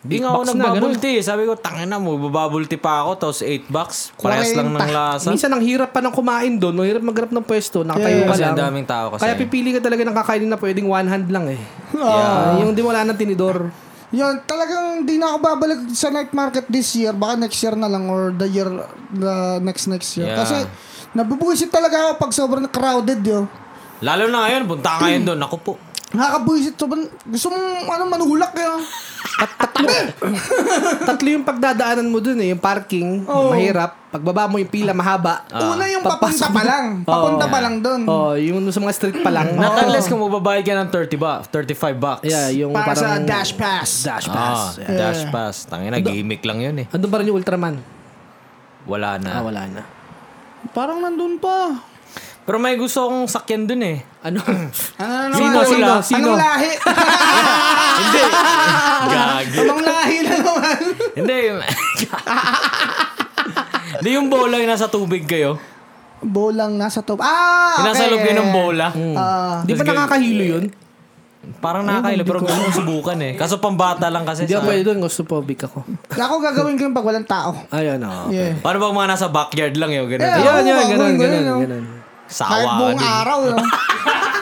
C: Di nga ako nagbubble tea. Sabi ko, tanga na mo, bubble tea pa ako, tapos 8 bucks. Parehas lang ng
A: 40.
C: lasa.
B: Minsan ang hirap pa ng kumain doon, ang hirap maghanap ng pwesto, nakatayo ka
C: Kasi
B: lang.
C: ang daming tao kasi.
B: Kaya pipili ka talaga ng kakainin na pwedeng one hand lang eh.
A: Ah.
B: Ah, yung di wala ng
C: [laughs]
B: tinidor.
A: Yun, talagang di na ako babalik sa night market this year. Baka next year na lang or the year, the next next year.
C: Yeah.
A: Kasi nabubuisit talaga ako pag sobrang crowded yun.
C: Lalo na ngayon, punta ka
B: [clears throat]
C: ngayon doon. Ako po.
A: Nakakabuisit sobrang, gusto mong ano, manulak yun.
B: Tatakbo. tatlo yung pagdadaanan mo dun eh. Yung parking,
A: Oo.
C: Oh.
B: mahirap. Pagbaba mo yung pila, mahaba.
C: Ah.
A: Una yung papunta
B: Papasok
A: pa
B: mo. [laughs]
A: lang. Papunta
B: Oo.
A: pa lang doon.
B: Ah. Oh, yung sa mga street pa lang.
C: Not unless kung magbabayad ka ng 30 ba, 35 bucks.
B: Oh. Yeah, yung
A: Para sa
B: parang...
A: dash pass.
B: Dash pass.
C: Ah,
B: Yeah.
C: dash pass. Tangina, gimmick lang yun eh.
B: Andun pa rin yung Ultraman.
C: Wala na.
B: Ah, wala na.
A: Parang nandun pa.
C: Pero may gusto akong sakyan dun eh.
A: [laughs]
B: Ano?
A: Ano na naman?
C: Sino, sino,
A: Anong-
B: sino?
A: Anong lahi? [laughs]
B: Ah.
C: Gag.
A: Anong lahi na naman?
C: Hindi.
B: [laughs]
C: yung- Hindi yung bola yung nasa tubig kayo.
A: Bolang nasa top. Ah!
C: Yung nasa
A: okay.
C: loob yun ng bola.
B: Mm.
A: Ah.
B: Di ba
C: Let's go.
B: nakakahilo yun?
C: Parang nakakailan pero gusto kong subukan eh. Kaso pambata lang kasi.
B: Hindi ako
C: Sa...
B: pwede doon. Claustrophobic ako. Ah,
A: ako
B: oh,
A: gagawin ko yung pag walang tao.
B: Ayun, oo.
A: Yeah.
C: Paano ba mga nasa backyard lang yun? Ganun.
A: Yeah.
B: Yan,
A: Oo,
B: yan,
A: gagawin
B: ganun,
A: ko yun,
B: ganun,
A: no?
B: ganun.
A: Kahit
C: Sawa.
A: buong
C: din. [laughs]
A: araw. no?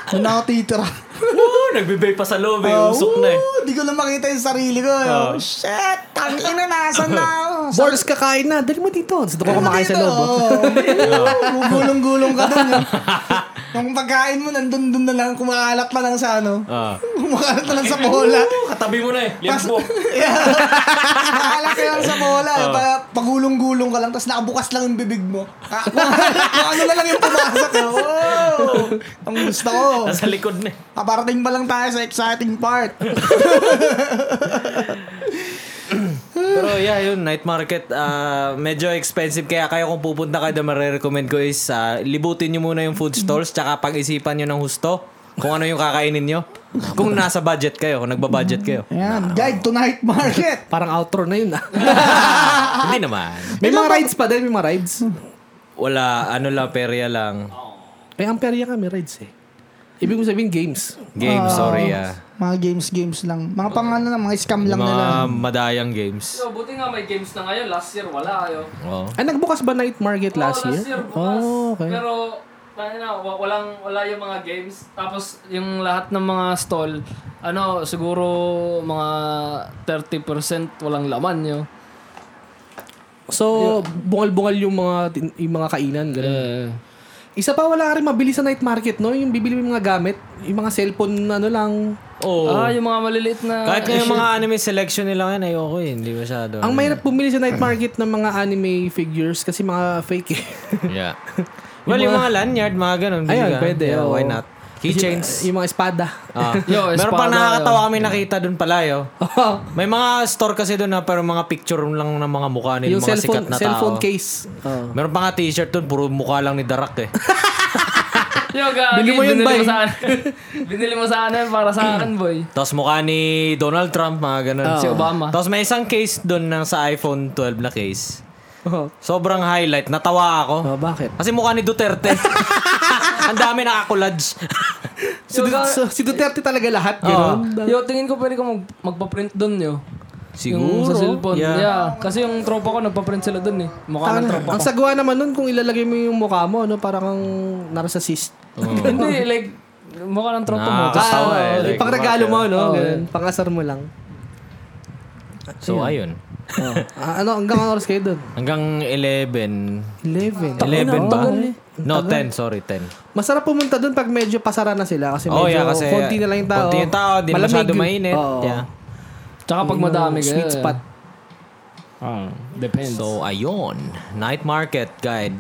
A: Doon ako titira.
C: Oo, nagbe-vape pa sa loob eh.
B: Ah,
C: Usok na eh.
A: Hindi ko na makita yung sarili ko. eh.
C: Oh.
A: Shit! Tangina, nasan na ako?
C: [laughs]
B: Boris, kakain na. Dali mo dito. Dito ko kumakain sa loob.
A: [laughs]
B: oh.
A: Gugulong-gulong ka doon.
C: [laughs]
A: Yung pagkain mo, nandun dun na lang, kumakalat pa lang sa ano.
C: Ah.
A: Kumakalat na lang sa bola.
C: Oo, Katabi mo na eh. Lihat mo.
A: Kumakalat ka lang sa bola. eh. Pa, pagulong-gulong ka lang, tapos nakabukas lang yung bibig mo. Ah, [laughs] kumakalat, kung ano na lang yung pumasok. eh. Wow! Ang gusto ko.
C: Nasa likod na eh.
A: Aparating pa lang tayo sa exciting part.
C: Pero yeah, yun, night market, ah, medyo expensive. Kaya kaya kung pupunta kayo, marirecommend ko is ah, libutin nyo muna yung food stalls tsaka pag-isipan nyo ng husto kung ano yung kakainin nyo. Kung nasa budget kayo, kung nagbabudget kayo.
A: Ayan, guide to night market.
B: Parang outro na
A: [laughs]
B: yun. ah.
C: Hindi naman.
B: may mga rides pa din. May mga rides.
C: Wala, ano lang, perya lang.
B: May Amperia kami rides eh. Ibig mo sabihin games.
C: Game, sorry ah.
A: Mga games-games lang. Mga pang ano lang, mga scam lang
C: Yung
A: na
C: mga
A: lang.
C: madayang games. Oh.
D: So, buti nga may games na ngayon. Last year, wala kayo.
C: Oo.
B: Ay, nagbukas ba night market
D: Oo,
B: last year?
D: bukas.
B: Oh, okay.
D: Pero, tangin na, wa- walang, wala yung mga games. Tapos, yung lahat ng mga stall, ano, siguro mga 30% walang laman yun.
B: So, bungal-bungal yung mga tin- yung mga kainan, ganun.
D: Eh,
B: Isa pa wala ka rin mabili sa night market, no? Yung bibili mo yung mga gamit, yung mga cellphone na ano lang.
C: Oo.
D: Ah, yung mga maliliit na...
C: Oh, Kahit nga yung mga anime selection nila ngayon, ayoko eh. Hindi masyado.
B: Ang mahirap bumili sa night market ng mga anime figures kasi mga fake eh.
C: Yeah. Well, yung mga lanyard, mga ganun. bili
B: Ayun,
C: ka.
B: pwede,
C: Yeah,
B: oo.
C: why not? [laughs] Keychains.
B: [laughs] Yung, yung mga espada. [laughs]
C: Ah.
D: Yo,
C: Meron pa
D: espada,
C: nakakatawa kami nakita doon pala yo.
B: Oh,
C: May mga store kasi doon na pero mga picture lang ng mga mukha nila,
B: yung
C: mga
B: cellphone,
C: sikat na
B: cellphone
C: tao.
B: case. Oh.
C: Meron pa nga t-shirt doon, puro mukha lang ni Darak
D: [laughs]
C: eh.
D: Yo, gagi,
B: Bili mo yun,
D: binili
B: bay.
D: mo sa akin. [laughs] binili mo sa akin para sa akin, boy.
C: Tapos mukha ni Donald Trump, mga ganun.
D: Si Obama.
C: Tapos may isang case doon ng sa iPhone 12 na case.
B: Oh.
C: Sobrang highlight, natawa ako.
B: Oh, bakit?
C: Kasi mukha ni
D: [laughs]
C: Duterte. Ang dami nakakulage.
B: Si, Du- so- si Duterte talaga lahat, ganun.
D: Yo, tingin ko pwede ko mag, magpa-print doon, yo. Yung sa cellphone. Yeah. Kasi yung tropa ko, nagpa-print sila doon eh. Mukha ng tropa
B: Ang
D: ko.
B: sagwa naman nun kung ilalagay mo yung mukha mo, ano, parang kang narcissist.
D: [laughs] Hindi, like, mukha ng tropa mo.
C: Nakakatawa eh.
B: Ah,
C: Like,
B: ipangregalo mo, no?
D: Oo.
B: Ganun. Pangasar mo lang.
C: So, ayun.
B: Oh. Ah, ano, hanggang anong oras kayo doon?
C: Hanggang 11.
B: 11.
D: oh.
C: 11 ba?
D: eh.
C: No, 10. Sorry, 10.
B: Masarap pumunta doon pag medyo pasara na sila kasi medyo
C: Oh, yeah, kasi
B: konti na lang yung tao.
C: Konti yung tao, di na
B: Malamig.
C: masyado mainit.
B: Oo.
C: Yeah.
D: Tsaka pag madami ka.
B: Sweet spot.
D: Depends.
C: So, ayun. Night market guide.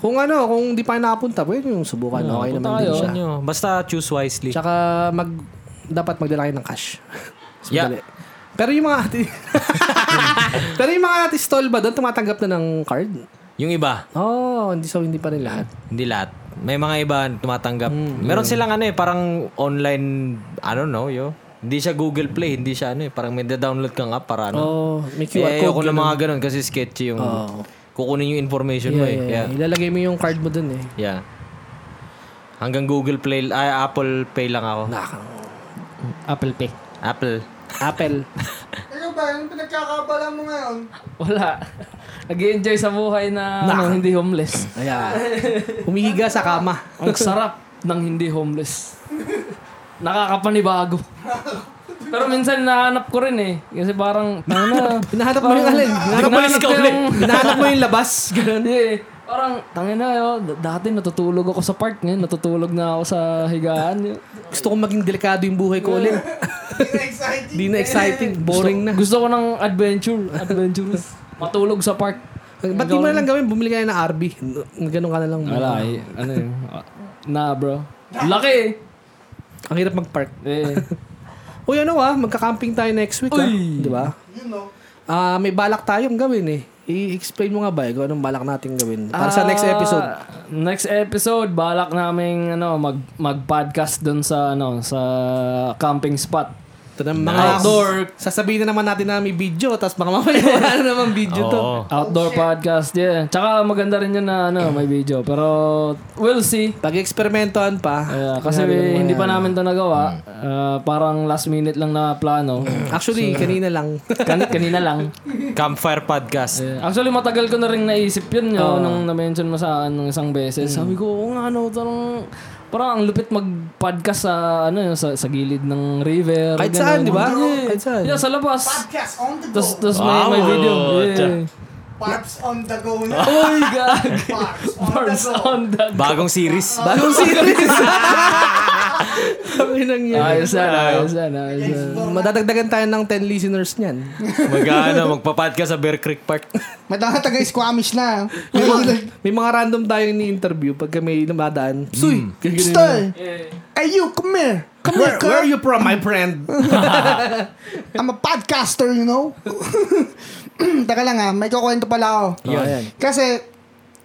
B: Kung ano, kung di pa kayo nakapunta, pwede yung subukan.
D: Hmm,
B: okay naman din
C: Ayun
B: siya.
C: nyo. Basta choose wisely.
B: Tsaka mag, dapat magdala kayo ng cash. [laughs] Mas
C: Yeah.
B: madali. Pero yung mga ati, [laughs] Pero yung mga ati stall ba doon tumatanggap na ng card?
C: Yung iba,
B: Oh, hindi so hindi pa rin lahat.
C: hindi lahat. May mga iba tumatanggap.
B: Mm,
C: Meron silang ano eh, parang online, I don't know, yo. Hindi siya Google Play, hindi siya ano eh. Parang may download kang app para ano.
B: Oh, may QR code.
C: eh, ayoko na mga ganun kasi sketchy yung kukunin yung information
B: Yeah,
C: mo eh.
B: yeah,
C: Yeah.
B: yeah. Ilalagay mo yung card mo doon eh.
C: Yeah. Hanggang Google Play, ay Apple Pay lang ako.
B: Nakaka.
D: Apple Pay.
C: Apple.
B: Apple.
A: Ikaw ba, yung pinagkakabala mo ngayon?
D: Wala. [laughs] nag enjoy sa buhay na ano, hindi homeless.
B: Ayan. Humihiga sa kama.
D: Ang sarap ng hindi homeless. Nakakapanibago. Pero minsan nahanap ko rin eh. Kasi parang, tanga na. [laughs]
B: [laughs] Hinahanap mo yung alin. Hinahanap mo yung
D: Hinahanap
B: [laughs]
D: ko
B: scope.
D: yung-
B: Hinahanap mo yung labas.
D: Ganun eh. Parang, tangin na, yo, d- dati natutulog ako sa park ngayon, natutulog na ako sa higaan. Yo.
B: Gusto kong maging delikado yung buhay ko ulit. Di na exciting. Boring na.
D: Gusto ko ng adventure, adventurous. Matulog sa park.
B: Ba't di mo na lang gawin? Bumili ka na ng RV. N- Ganun ka na lang.
D: Wala, eh, ano yun? Na, bro. Laki [laughs] eh.
B: Ang hirap mag-park.
D: Eh,
B: Uy, ano ah, magka-camping tayo next week ah. Di ba? Ah, may balak tayong gawin eh. I-explain mo nga ba eh kung anong balak nating gawin para sa next
D: Ah,
B: episode.
D: Next episode, balak naming ano, mag, mag-podcast dun sa, ano, sa camping spot.
B: Ito na mga
D: Outdoor.
B: Sasabihin na naman natin na may video tapos baka mamaya [laughs] wala na naman video to.
C: Oo.
D: Outdoor podcast, yeah. Tsaka maganda rin yun na ano, may video. Pero we'll see.
B: Pag-eksperimentohan pa.
D: Yeah, kasi
B: Sinabi ng mga-
D: hindi pa namin to nagawa. Ah, parang last minute lang na plano.
B: Actually, kanina lang. [laughs]
D: kan- kanina lang.
C: Campfire Podcast.
D: Yeah. Actually, matagal ko na rin naisip yun yo, nung na-mention mo sa akin nung isang beses. Sabi ko, oo nga, ano, tarang, parang ang lupit mag-podcast sa, ano, yun, sa, sa gilid ng river.
B: Kahit saan,
D: ganun.
B: di ba?
D: Yeah.
B: Kahit saan.
D: Yeah, sa labas.
A: Podcast on the go.
D: Tapos, tapos may, may
C: Wow.
D: video. Yeah.
A: Parts on the go na.
D: Oh my God. [laughs]
A: Parts on
D: Bars
A: the go.
D: on the
C: Bagong series.
B: Bagong series. [laughs] Kami nang yun.
D: Ayos yan, ayos yan, ayos yan.
B: Madadagdagan tayo ng 10 listeners niyan.
C: [laughs] Mag-ano, magpa-podcast sa Bear Creek Park.
A: May mga taga Squamish na. eh. May ilag.
B: May mga random tayong ni-interview pagka may lumadaan. Suy! Hmm. ganyan yun.
A: Stay. Hey you, come here. Come
B: Where,
A: here,
B: where are
A: girl.
B: you from, my [laughs] friend?
A: I'm a podcaster, you know. [clears throat] Taka lang ha, may kukwento pala ako.
B: Yun. Ayan.
A: Kasi,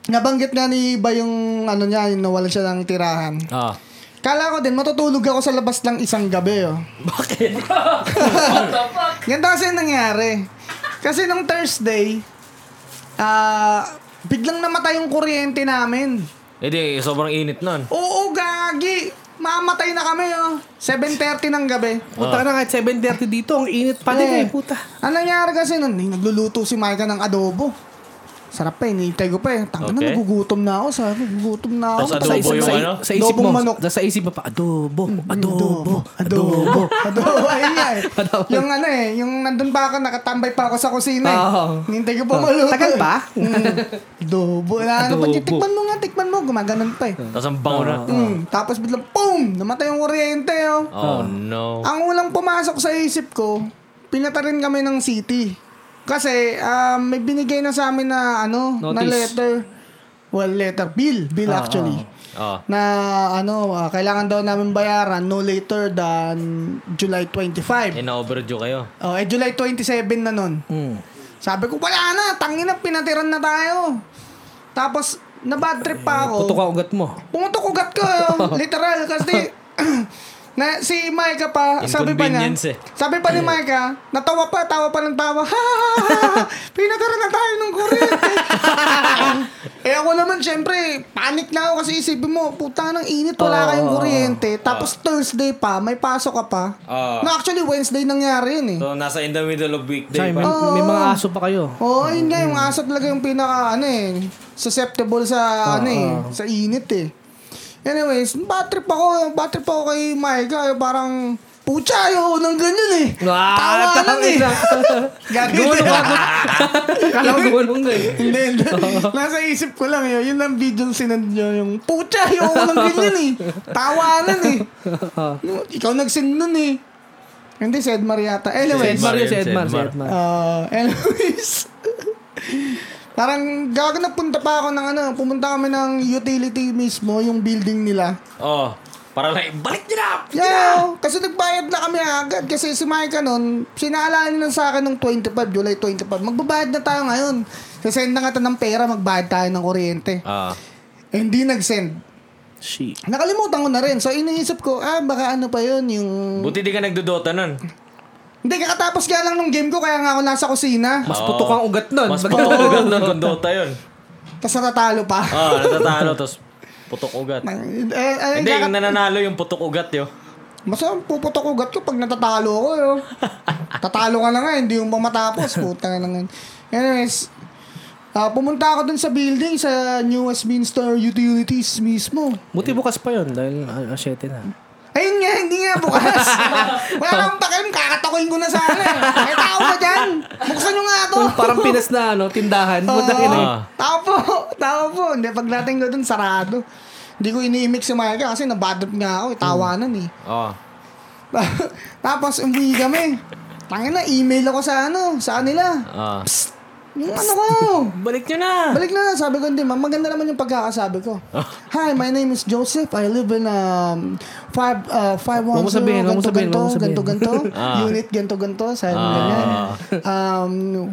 A: nabanggit nga ni Iba yung ano niya, yung nawalan siya ng tirahan.
C: Ah.
A: Kala ko din, matutulog ako sa labas ng isang gabi, oh. [laughs] Bakit? Ganda kasi yung nangyari. Kasi nung Thursday, ah, biglang namatay yung kuryente namin.
C: Eh di, sobrang init nun.
A: Oo, gagi! Mamatay na kami, oh. 7.30 ng gabi.
B: Puta ka na kahit 7.30 dito. Ang init pa
A: Eh,
B: nila eh, puta.
A: Ang nangyari kasi nun, eh, nagluluto si Micah ng adobo. Sarap pa, hinihintay ko pa eh. Tangka na,
C: Okay.
A: nagugutom na ako. Sabi, ko, nagugutom na ako.
C: Tapos Adobo
B: isip-
C: yung
B: sa,
C: ano?
B: Sa isip
A: Adobong
B: mo,
A: manok. Mm,
B: Sa isip mo pa, adobo, adobo,
A: Adobo. Adobo. [laughs] Adobo. Ayun
B: [laughs]
A: nga eh.
B: Adobo.
A: Yung ano eh, yung nandun pa ako, nakatambay pa ako sa kusina eh.
B: Oo.
A: Hinintay ko pa maluto.
B: Tagal
A: eh.
B: pa?
A: Mm. Adobo. Na, ano pa,
B: Adobo.
A: tikman mo nga, tikman mo. Gumaganon pa eh.
C: Tapos ang bango na.
A: Mm. Tapos biglang, boom! Namatay yung kuryente oh.
C: Oh no.
A: Ang unang pumasok sa isip ko, pinata rin kami ng city. Kasi ah, may binigay na sa amin na ano, na
D: Notice.
A: letter. Well, letter bill, bill actually.
C: Oh.
A: Na ano, ah, kailangan daw namin bayaran no later than July 25.
C: Eh na-overdue kayo.
A: Oh, eh July 27 na nun.
B: Mm.
A: Sabi ko, wala na, tangin na, pinatiran na tayo. Tapos, na bad trip pa ako.
B: Puto ka ugat mo.
A: Pumutok ugat ko, um,
C: [laughs]
A: literal, kasi [clears throat] na si Micah pa, sabi pa niya,
C: Inconvenience eh.
A: sabi pa ni Micah, natawa pa, tawa pa ng tawa, [laughs] ha, ha, ha, ha, pinatara na tayo ng kuryente.
C: [laughs]
A: eh ako naman, syempre, panic na ako kasi isipin mo, puta ng init, wala kayong kuryente. Tapos Thursday pa, may pasok ka pa.
C: Oo.
A: No, actually, Wednesday nangyari yun eh.
C: So nasa in the middle of
B: Tsaka
C: weekday
B: may,
C: pa.
B: may mga aso pa kayo.
A: Oo, oh, yun nga, yung aso talaga yung pinaka, ano eh, susceptible sa, ano eh, sa init eh. Anyways, battery pa ako, battery pa ako kay Micah, parang, pucha, ayaw nang ganyan eh.
B: Ah,
A: Tawa lang eh. [laughs] Gagawin
B: Gawin
A: nila.
B: mo ako. Kala ko gawin mo eh.
A: Hindi, hindi. Nasa isip ko lang yun. Yun lang video yung sinend nyo. Yung, pucha, ayaw ko nang ganyan eh. Tawanan
B: [laughs]
A: eh. Yung, Ikaw nagsend nun eh. Hindi, si Edmar yata.
B: Si
A: Anyways.
B: Edmar yun, si
C: Si
B: Edmar, si Edmar.
C: Edmar.
A: Ah, anyways. [laughs] Parang gago na punta pa ako ng ano, pumunta kami ng utility mismo, yung building nila.
C: Oh. Para lang, balik nyo na!
A: Yeah, kasi nagbayad na kami agad. Kasi si Micah nun, sinaalala na sa akin nung 25, July 25. Magbabayad na tayo ngayon. Sasend na nga tayo ng pera, magbayad tayo ng kuryente.
C: Ah.
A: Eh, Hindi nag-send.
B: She.
A: Nakalimutan ko na rin. So, iniisip ko, ah, baka ano pa yun, yung...
C: Buti di ka nagdodota nun.
A: Hindi, kakatapos nga lang nung game ko, kaya nga ako nasa kusina.
B: Mas
C: Oo.
B: puto kang ugat nun. [laughs]
C: Mas putok ugat nun kung dota yun.
A: Tapos natatalo pa.
C: Ah, natatalo, tapos putok ugat.
A: Eh, eh,
C: Ah. Hindi,
A: kaka-
C: yung nananalo yung putok ugat yun.
A: Basta puputok ugat ko pag natatalo ako. Yo. Tatalo ka na nga, hindi yung matapos. Puta na nga. Anyways, ah, pumunta ako dun sa building sa New Westminster Utilities mismo.
B: Buti bukas pa yun dahil ah, 7 na.
A: Ayun nga, hindi nga bukas. Wala akong pakialam, kakatakoyin ko na sana. eh. May tao ba dyan? Buksan nyo nga to.
B: Parang Pinas na ano, tindahan. Puta
A: Oo.
B: ka na.
C: Ah.
A: Tao po. Tama po. Hindi, pagdating ko dun, sarado. Hindi ko ini-mix yung mic kasi nabadot nga ako. eh, Tawanan eh.
C: Oh.
A: [laughs] Tapos umuwi kami. Tangin na, email ako sa ano, sa kanila.
C: Ah.
A: Yung ano ko.
C: Balik nyo na!
A: Balik na, sabi ko, hindi ma'am, maganda naman yung pagkakasabi
B: [laughs]
A: ko. Hi, my name is Joseph. I live in um, five, uh, 510,
B: Huwag mo sabihin, huwag mo
A: ganto,
B: sabihin,
A: ganto,
B: huwag mo sabihin.
A: ganto, ganto,
B: [laughs]
C: Ah.
A: unit, ganto, ganto, sabi
C: Ah.
A: ganyan. Um,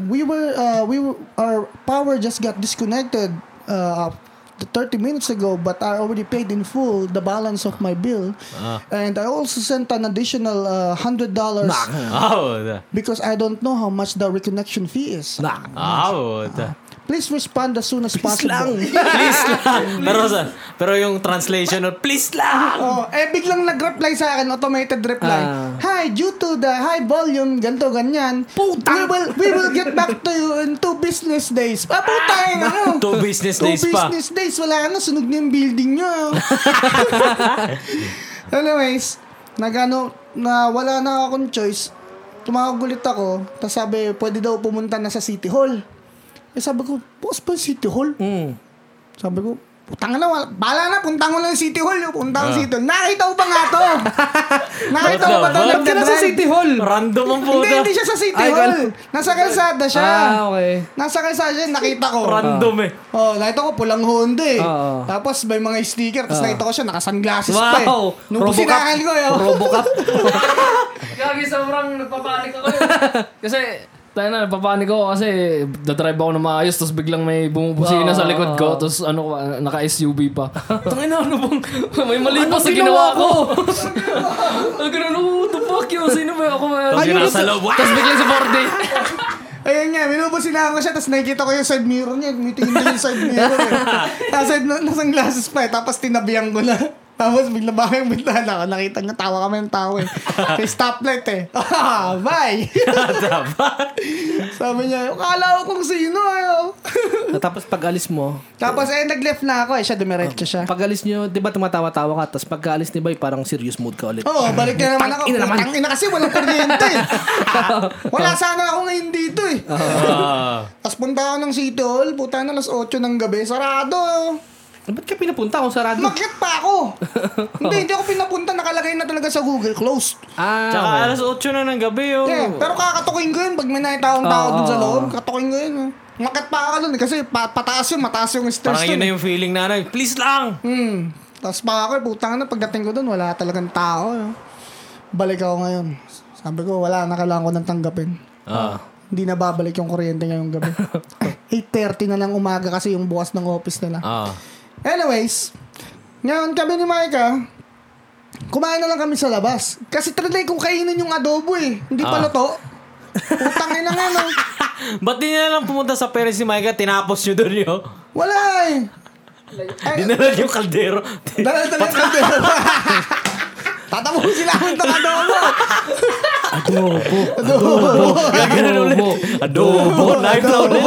A: we were, uh, we were, our power just got disconnected uh, 30 minutes ago but I already paid in full the balance of my bill
C: Ah.
A: and I also sent an additional uh, $100
C: Awod.
A: because I don't know how much the reconnection fee is.
B: Nah.
C: Awod.
A: Please respond as soon as possible. [laughs]
C: Please lang. [laughs] Pero, sa, pero yung translation, nun, please lang!
A: Oh, eh biglang nag-reply sa akin, automated reply.
B: Ah.
A: Hi, due to the high volume, ganto ganyan. We will we will get back to you in two business days. Ah, putang ano.
C: Two business
A: Two
C: days pa.
A: business days, wala ka na, sunog na yung building nyo. [laughs] Anyways, nagano na wala na akong choice. Tumawag ulit ako, tapos sabi, pwede daw pumunta na sa City Hall. Eh sabi ko, boss pa yung City Hall?
B: Mm.
A: Sabi ko, putang na, wala, bala na, punta ko lang yung City Hall. yung Punta ko City Hall. Nakita ko ba nga
B: [laughs]
A: to? Nakita ko ba to?
C: Bakit
B: Ba't ka Ah. na sa
A: nagdadrive?
B: City Hall?
C: Random ang
A: Hindi,
C: puta.
A: hindi siya sa City
B: Ay,
A: Hall.
B: gal-
A: Nasa kalsada siya.
B: Ah, okay.
A: Nasa kalsada siya, nakita ko.
C: Random eh.
A: Oh, nakita ko pulang Honda eh.
B: Oo. Ah.
A: Tapos may mga sticker, tapos nakita ko siya, naka-sunglasses pa eh.
B: Wow!
A: Nung sinahan ko eh. oh.
B: Robocop.
D: Gagi, sobrang nagpapanik ako. eh. kasi, tayo na, nagpapanik ako kasi dadrive ako na maayos tapos biglang may bumubusina sa likod ko tapos ano, ko, naka-SUV pa. Tangin na, ano bang, may mali
B: Ano
D: pa sa ginawa ko. Ang ganun, oh, the fuck yun, sino ba ako?
C: Tapos
D: Ayun,
C: nasa loob. "Wah!"
D: Tapos biglang sa 4
A: Ayun nga, binubusinahan ko siya, tapos nakikita ko yung side mirror niya. Tumitingin na yung side mirror eh. Tapos na- nasunglasses pa eh, tapos tinabihan ko na. [laughs] Tapos bigla ba yung bintana ko, nakita niya, tawa kami ng tao eh. Sa stoplight eh. Ah, bye! Sabi niya, akala ko kung sino eh.
B: [laughs] Tapos pag alis mo,
A: tapos eh, nag-left na ako eh, siya dumiretso siya.
B: pag alis nyo, di ba tumatawa-tawa ka? Tapos pag alis ni Bay, parang serious mood ka ulit.
A: Oo, balik na naman ako.
B: Tangina naman.
A: Putang ina kasi walang kuryente. eh. Wala sana ako ngayon dito eh.
C: Ah.
A: Tapos punta ako ng City Hall, puta na alas 8 ng gabi, sarado.
B: Ba't ka pinapunta kung sarado?
A: Makyat pa
C: [laughs]
A: ako. hindi, hindi ako pinapunta, nakalagay na talaga sa Google, closed.
B: ah,
C: Tsaka
B: okay.
C: alas 8 na ng gabi oh. yung...
A: Yeah, pero kakatukin ko yun pag may nakitaong tao
B: Oo,
A: dun sa
C: Oh.
B: oo,
A: loob, katukin ko yun. eh. Makyat pa ako nun eh, kasi pa- pataas yun, mataas yung stairs
C: Parang yun
A: dun. eh.
C: na yung feeling na ano, please lang!
A: Hmm. Tapos pa ako, eh, putang na, pagdating ko dun, wala talagang tao. eh. Balik ako ngayon. Sabi ko, wala na, kailangan ko nang tanggapin.
C: Ah.
A: hindi na babalik yung kuryente ngayong
C: [laughs]
A: gabi. 8.30 na ng umaga kasi yung bukas ng office nila.
C: Ah. [laughs]
A: Anyways, ngayon kami ni Micah, kumain na lang kami sa labas. Kasi trinay kong kainin yung adobo eh. Hindi pa
C: Ah.
A: luto. Utang ina nga no.
C: Ba't di na lang pumunta sa parents ni Micah, tinapos nyo doon yun?
A: Wala eh.
C: Dinala yung kaldero. [laughs]
A: Dala talaga yung kaldero. Tatapusin namin itong adobo.
B: Adobo. Gaganan ulit. Adobo.
A: [laughs]
B: Live na ulit.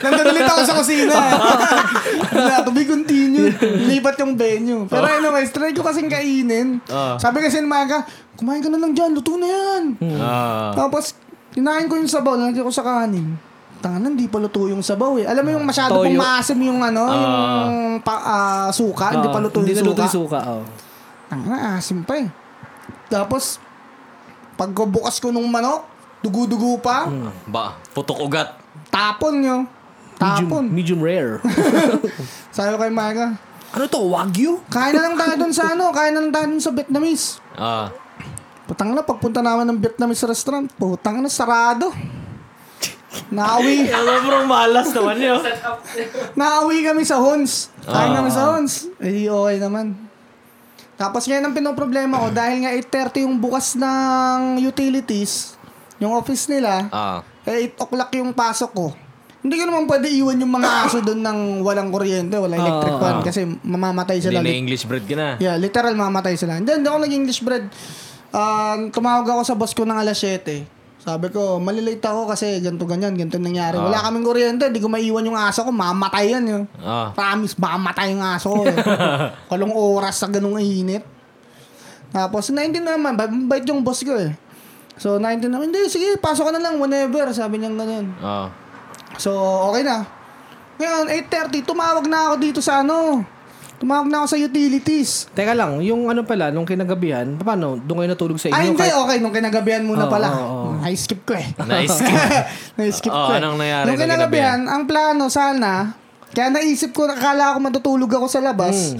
A: Nandun ulit ako sa
B: [laughs]
A: kusina. Wala, to be continued. Lipat yung venue. Pero anyways, try ko kasing kainin.
C: Ah.
A: Sabi kasi ng maga, kumain ka na lang dyan, luto na yan.
B: Hmm.
C: Ah.
A: Tapos, kinain ko yung sabaw, lalagyan ko sa kanin. Tangan, hindi pa luto yung sabaw eh. Alam mo yung masyado
B: Toyo.
A: pong maasim yung ano,
C: Ah.
A: yung pa, ah, suka, hindi pa luto
B: Hindi
A: yung
B: na luto
A: suka.
B: yung suka. oh.
A: Tangan, asim pa eh. Tapos, pagkabukas ko nung manok, dugu-dugu pa,
C: Ba, putok ugat.
A: tapon nyo. Tapon.
B: Hmm. Medium, medium rare.
A: Sabi ko kay Maga,
B: ano to? Wagyu?
A: Kain na lang tayo dun sa ano, kain na lang tayo dun sa Vietnamese.
C: Ah.
A: Putang na, pagpunta namin ng Vietnamese restaurant, putang na, sarado. Naawi,
C: Sobrang malas naman yun.
B: [laughs]
A: naawi kami sa Hons. Kain
C: Ah.
A: kami sa Hons. Eh, okay naman. Tapos ngayon ang pinoproblema ko, dahil nga 8.30 yung bukas ng utilities, yung office nila,
C: Ah.
A: eh 8 o'clock yung pasok ko. Hindi ko naman pwede iwan yung mga aso doon ng walang kuryente, wala electric fan kasi mamamatay sila.
C: Hindi na
A: lit-
C: English bread ka na.
A: Yeah, literal mamatay sila. Hindi, hindi ako nag-English bread. Um, tumawag ako sa boss ko ng alas 7. Sabi ko, malilate ako kasi ganito ganyan, ganito nangyari. Wala kaming kuryente, hindi ko maiwan yung aso ko, mamatay yan yun.
C: Ah.
A: Promise, mamatay yung aso ko. eh. Kalong oras sa ganung init. Tapos, 19 naman, ba- bait yung boss ko eh. So, 19 naman, hindi, sige, pasok ka na lang whenever. Sabi niya ganun.
C: Ah.
A: So, okay na. Ngayon, 8.30, tumawag na ako dito sa ano. Tumawag na ako sa utilities.
B: Teka lang, yung ano pala, nung kinagabihan, paano? Doon kayo natulog sa inyo?
A: Ay, Ah, hindi.
B: Kahit-
A: Okay, nung kinagabihan muna
B: Oo,
A: pala.
B: oo, oo.
A: Na-skip ko eh.
C: Nice.
A: [laughs] Na-skip
C: Oo,
A: ko eh.
C: anong nangyari
A: Nung
C: nung
A: kinagabihan, ang plano sana, kaya naisip ko, nakala ko matutulog ako sa
C: Hmm.
A: labas.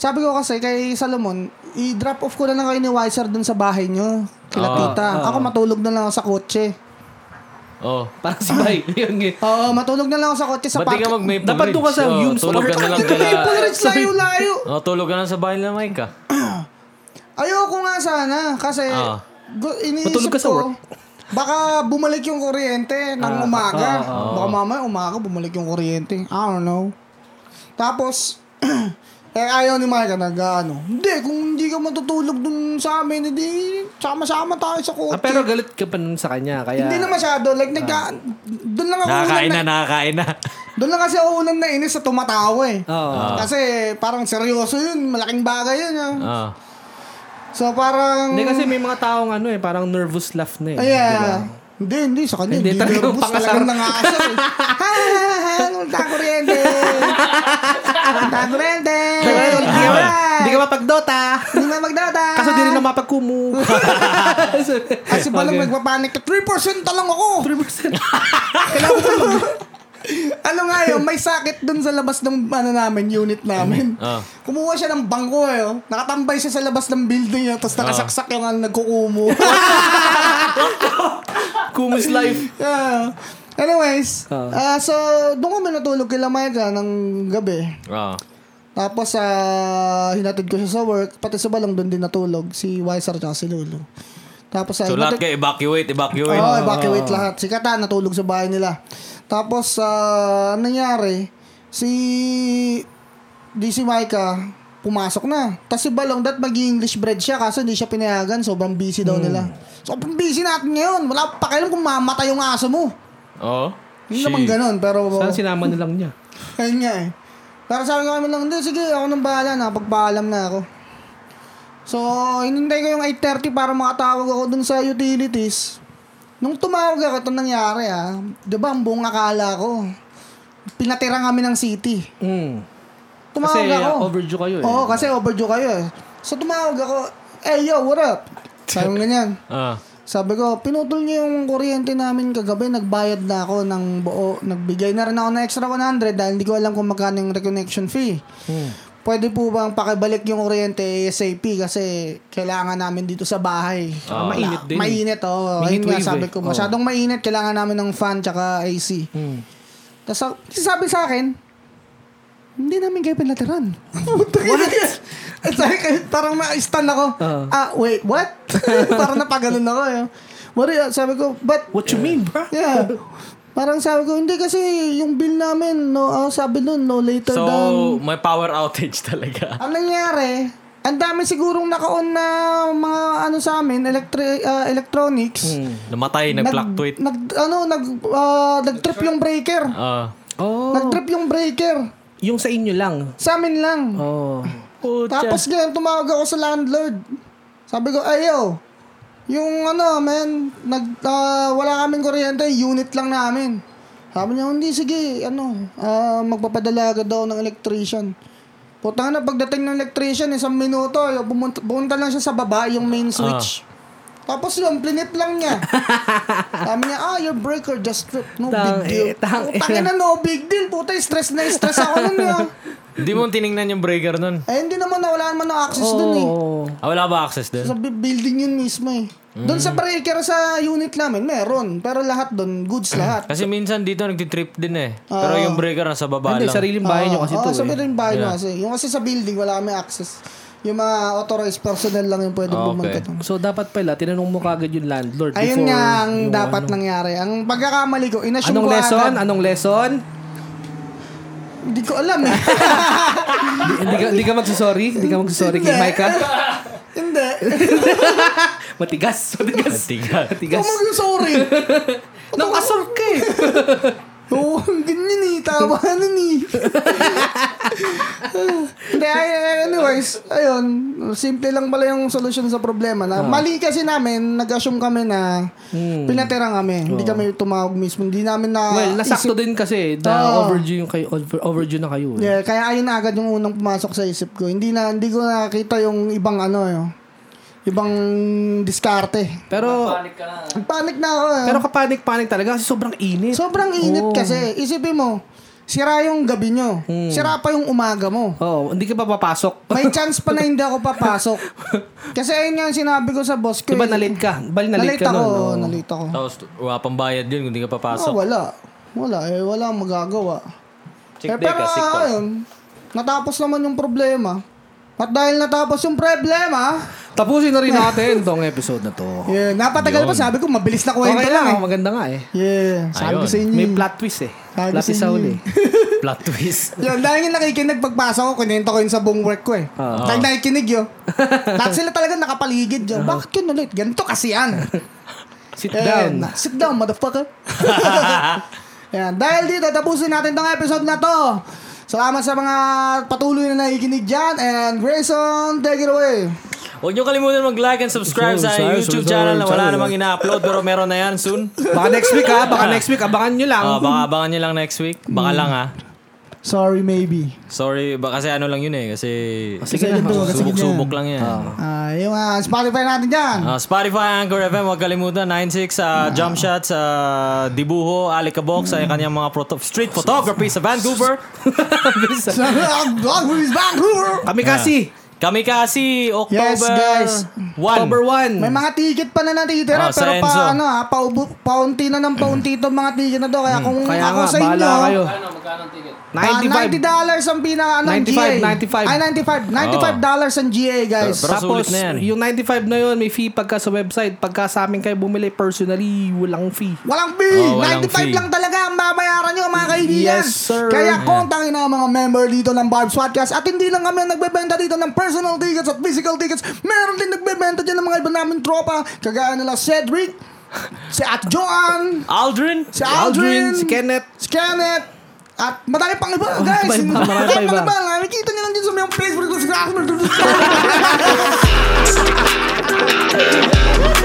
A: Sabi ko kasi kay Salomon, i-drop off ko na lang kayo ni Wiser dun sa bahay nyo. Kila
C: Oo,
A: tita. Ako matulog na lang ako sa kotse.
C: Oh.
B: Parang si Bay. [laughs] Yun, yun.
A: Oo, matulog na lang ako sa kotse sa park.
C: Ba't di ka mag Maple
B: Dapat doon ka sa
C: Oo,
B: Hume's
C: Tulog
B: Park.
C: ka na lang
A: Bakit
C: kila... [laughs]
A: Maple Ridge layo-layo?
C: Oh, tulog ka na sa bahay na Mike ka.
A: Ayoko nga sana kasi
C: Ah.
A: gu- iniisip
B: Matulog ka sa
A: ko,
B: work.
A: baka bumalik yung kuryente ng umaga.
B: ah,
A: Baka mamaya umaga bumalik yung kuryente. I don't know. Tapos, [clears throat] eh ayaw ni Mike nag ano, hindi, kung hindi ka matutulog dun sa amin, hindi, sama-sama tayo sa
B: Ah,
A: kotse.
B: pero galit ka pa nun sa kanya. Kaya,
A: Hindi na masyado, like,
B: Ah.
A: nagka, dun lang ako unang
C: Nakakain na,
A: na,
C: nakakain na.
A: dun lang kasi ako unang nainis sa tumatawa eh.
B: Oo.
A: Kasi parang seryoso yun, malaking bagay yun. ah.
C: Oh.
A: So parang...
B: Hindi kasi may mga taong ano eh, parang nervous laugh na eh.
A: Ay, yeah. Hindi, hindi. Sa kanya,
B: Hindi,
A: hindi
B: talagang
A: nervous.
B: pakasar.
A: Talagang nangasar
B: [laughs]
A: eh. Ha, ha, ha, ha. Ulta kuryente. Ulta kuryente. Ulta
B: Hindi ka,
A: Hindi
B: Diba? hindi ka mapagdota.
A: na magdada.
B: Kaso di rin na
A: [laughs]
B: mapagkumu.
A: Kasi palang
B: Okay.
A: nagpapanik ka. 3% na lang ako.
B: 3%.
A: Kailangan ko mag... ano nga yun, may sakit dun sa labas ng ano namin, unit namin.
B: Mm-hmm.
C: Ah.
A: Kumuha siya ng bangko eh. oh. Nakatambay siya sa labas ng building niya, tapos nakasaksak yung ano,
B: [laughs]
A: nagkukumo.
B: Kumu's life.
A: [laughs] Yeah. Anyways,
B: Oo.
A: ah, so doon kami natulog kila Micah ng gabi.
C: Oh.
A: Tapos sa hinatid ko siya sa work, pati sa balong doon din natulog si Wiser at si Lulu. Tapos sa
C: So lahat kayo evacuate, evacuate.
A: Oh, evacuate lahat. Si Kata natulog sa bahay nila. Tapos sa nangyari, si di si Micah pumasok na. Tapos si Balong, dat mag-English bread siya kasi hindi siya pinayagan. Sobrang busy daw nila. Sobrang busy natin ngayon. Wala pa kailan kung mamatay yung aso mo.
C: Oh.
A: Hindi naman ganun, pero...
B: Sana sinama na lang niya.
A: Ayun nga eh. Pero sabi ko kami lang, hindi, sige, ako nang bahala, napagpaalam na ako. So, hinintay ko yung 8.30 para makatawag ako dun sa utilities. Nung tumawag ako, ito nangyari ah. Di ba, ang buong akala ko, pinatira kami ng city.
B: Mm.
A: Tumawag
B: Kasi,
A: Hmm. ako.
B: uh, overdue kayo eh.
A: Oo, kasi overdue kayo eh. So, tumawag ako, eh, yo, what up? Sabi ko ganyan.
C: Ah.
A: Sabi ko, pinutol niyo yung kuryente namin kagabi, nagbayad na ako ng buo, nagbigay na rin ako ng extra 100 dahil hindi ko alam kung magkano yung reconnection fee.
B: Hmm.
A: Pwede po bang pakibalik yung kuryente ASAP kasi kailangan namin dito sa bahay.
B: Ah, mainit din eh.
A: Mainit, oo.
B: May
A: Ayun
B: heat
A: nga
B: wave
A: sabi
B: eh.
A: ko,
B: Oo.
A: masyadong mainit, kailangan namin ng fan tsaka AC.
B: Mm.
A: Tapos sabi sa akin, hindi namin kayo pinatiran. [laughs] Puta ka. At sabi ko, parang ma-stun ako.
B: Oo.
A: Ah, wait, what? parang napaganon ako. Eh. Mari, ah, sabi ko, but,
B: What you mean, bro?
A: yeah. Parang sabi ko, hindi kasi yung bill namin, no, ah, sabi nun, no later
C: So,
A: than...
C: may power outage [laughs] talaga.
A: Ang nangyari, ang dami sigurong naka-on na mga ano sa amin, electri- ah, electronics.
B: Hmm,
C: Namatay, nag-fluctuate.
A: Nag, ano, nag, ah, nag-trip yung breaker.
C: Ah.
B: Oh,
A: Nag-trip yung breaker.
B: yung sa inyo lang.
A: Sa amin lang.
B: Oh.
A: Tapos ganyan, tumawag ako sa landlord. Sabi ko, ayo, yung ano, man, nag, ah, wala kaming kuryente, unit lang namin. Sabi niya, hindi, sige, ano, ah, magpapadala agad daw ng electrician. Putang na, pagdating ng electrician, isang minuto, yun, pumunta, pumunta lang siya sa baba, yung
B: Ah.
A: main switch. Tapos yun, plinip lang
B: [laughs]
A: niya. Sabi niya, ah, your breaker just stripped. No big
B: Tang-
A: deal.
B: eh, tang-
A: Putang na, no big deal. Puta, stress na stress ako nun
B: [laughs]
A: yun.
C: Hindi mo tiningnan yung breaker nun.
A: Eh, hindi naman, wala naman na access dun eh.
B: Oh.
C: Ah, wala ba access dun?
A: Sa bu- building yun mismo eh. Doon sa breaker sa unit namin, meron. Pero lahat doon,
B: [clears throat]
A: goods lahat.
C: Kasi minsan dito nagtitrip din eh. Pero yung breaker nasa baba
B: Hindi,
C: lang.
B: sariling bahay nyo kasi
A: Ah, Oo,
B: to
A: sa
B: eh.
A: building bahay nyo kasi. Yung kasi sa building, wala kami access. Yung mga authorized personnel lang yung
B: Ah,
A: pwede
C: Okay.
A: bumunta doon.
B: So, dapat pala, tinanong mo kagad yung landlord
A: Ayun
B: before
A: nga ang
B: yung
A: dapat
B: ano.
A: nangyari. Ang pagkakamali ko, inassume
B: Anong
A: ko
B: lesson?
A: agad.
B: Anong lesson?
A: Hindi ko alam
B: [laughs]
A: eh.
B: Di- Hindi ka, hindi ka magsusorry? Hindi ka magsusorry kay
A: Hindi.
B: Micah?
A: hindi.
B: Matigas, [laughs] matigas.
C: Matigas.
B: Matigas.
A: Kung mag-sorry.
B: Nang asar ka
A: [laughs]
B: eh.
A: Oo, [laughs] ang ganyan eh.
B: [laughs]
A: Tama na ni. Hindi, ay- ay- anyways, ayun. Simple lang pala yung solution sa problema. Na,
B: Ah.
A: Mali kasi namin, nag-assume kami na pinatira kami. Hindi kami tumawag mismo. Hindi namin na...
B: Hmm. Well, nasakto
A: isip-
B: din kasi
A: Oo.
B: na overdue yung kayo, over- overdue na kayo. Eh.
A: Yeah, kaya ayun na agad yung unang pumasok sa isip ko. Hindi na hindi ko nakita yung ibang ano, yung ibang diskarte.
B: Pero
D: Panic ka na.
A: Panic na ako. eh.
B: Ah. pero kapanik-panik talaga kasi sobrang init.
A: Sobrang init kasi. Isipin mo, sira yung gabi nyo.
B: Hmm.
A: Sira pa yung umaga mo.
B: Oo, hindi ka pa papasok.
A: May chance pa na hindi ako papasok. Kasi ayun nga yung sinabi ko sa boss ko.
B: Diba
A: eh.
B: nalit ka? Bali nalit,
A: Nalate
B: ka
A: ako,
B: nun.
A: oh.
B: oo.
A: nalate ako.
C: Tapos, wala pang bayad yun kung di ka
A: Oh,
C: papasok.
A: wala. Wala eh, wala akong magagawa.
C: Chick
A: eh,
C: day
A: pero
C: ka, sick call.
A: ayun, natapos naman yung problema. At dahil natapos yung problema,
B: Tapusin
A: [laughs]
B: na rin natin tong episode na to.
A: yeah, napatagal pa sabi ko, mabilis na kwento
B: Okay
A: lang.
B: lang,
A: eh.
B: maganda nga eh.
A: Yeah, sabi ko
C: Ayun.
A: sa inyo.
B: May
A: eh.
B: plot twist eh.
A: Sabi
B: Plot
A: sa
B: twist sa
A: inyo
B: huli.
C: Plot twist.
A: Yun, dahil yung nakikinig pagpasok ko, kunento ko yun sa buong work ko eh.
B: Oo.
A: Dahil nakikinig
B: [laughs]
A: yun. Lahat sila talaga nakapaligid yun.
B: Ah.
A: Bakit yun ulit? Ganito kasi yan.
B: Sit
A: Ayan,
B: down.
A: Sit down,
B: [laughs]
A: motherfucker. Ayan, dahil dito, tapusin natin tong episode na to. Salamat sa mga patuloy na nakikinig dyan. And Grayson, take it away.
C: Huwag niyo kalimutan mag-like and subscribe sa
B: Sorry, sorry,
C: YouTube
B: sorry,
C: channel na wala
B: sorry.
C: namang ina-upload pero meron na yan soon.
B: Baka next week ha, baka next week abangan nyo lang.
C: Ah, baka abangan nyo lang next week. Baka lang ha.
A: Sorry, maybe.
C: Sorry, ba, kasi ano lang yun eh. Kasi
A: Kasi
B: Sige na.
A: ganito, kasi
C: subok-subok
A: ganyan.
C: lang yan.
A: Ah, yung ah, Spotify natin dyan.
C: Ah, Spotify, Anchor FM, huwag kalimutan. 96
A: Ah.
C: sa Jump Shot sa Dibuho, Alikabok,
A: Mm.
C: sa kanyang mga proto- street photography sa Vancouver.
A: [laughs] Sa Dogways
B: [laughs]
A: Vancouver.
C: ah.
B: Kami kasi.
C: Kami kasi October
A: Yes, guys.
C: 1.
B: October 1.
A: May mga ticket pa na natitira,
C: Ah, sa
A: pero
C: Enzo.
A: pa, ano, ah, paubo, paunti na ng paunti itong mga ticket na to. Kaya kung
B: Mm. Kaya
A: ako
B: nga,
A: sa inyo,
B: bahala kayo.
D: Ano, magkano ang ticket?
A: ah,
B: 95.
A: $90 ang pinaka ano, GA.
B: 95, 95.
A: Ay, 95.
B: Oh.
A: $95 dollars ang GA, guys.
C: Pero
B: Tapos,
C: sulit na yan.
B: yung 95 na yun, may fee pagka sa website. Pagka sa amin kayo bumili, personally, walang fee.
A: Walang fee.
C: Oh, walang
A: 95
C: fee.
A: lang talaga ang babayaran nyo, mga kaibigan.
B: Yes, sir.
A: Kaya kontangin na ang mga member dito ng Barb's Podcast. At hindi lang kami ang nagbebenta dito ng personal tickets at physical tickets. Meron din nagbebenta dyan ng mga iba namin tropa. Kagaya nila Cedric, si At Joan,
C: Aldrin?
A: si Aldrin,
B: si Kenneth.
A: si Kenneth, at madami pang iba, guys.
B: marami Oh, pa, marami pa
A: Marami
B: iba.
A: pang iba. Nakikita nyo lang dyan sa mga Facebook.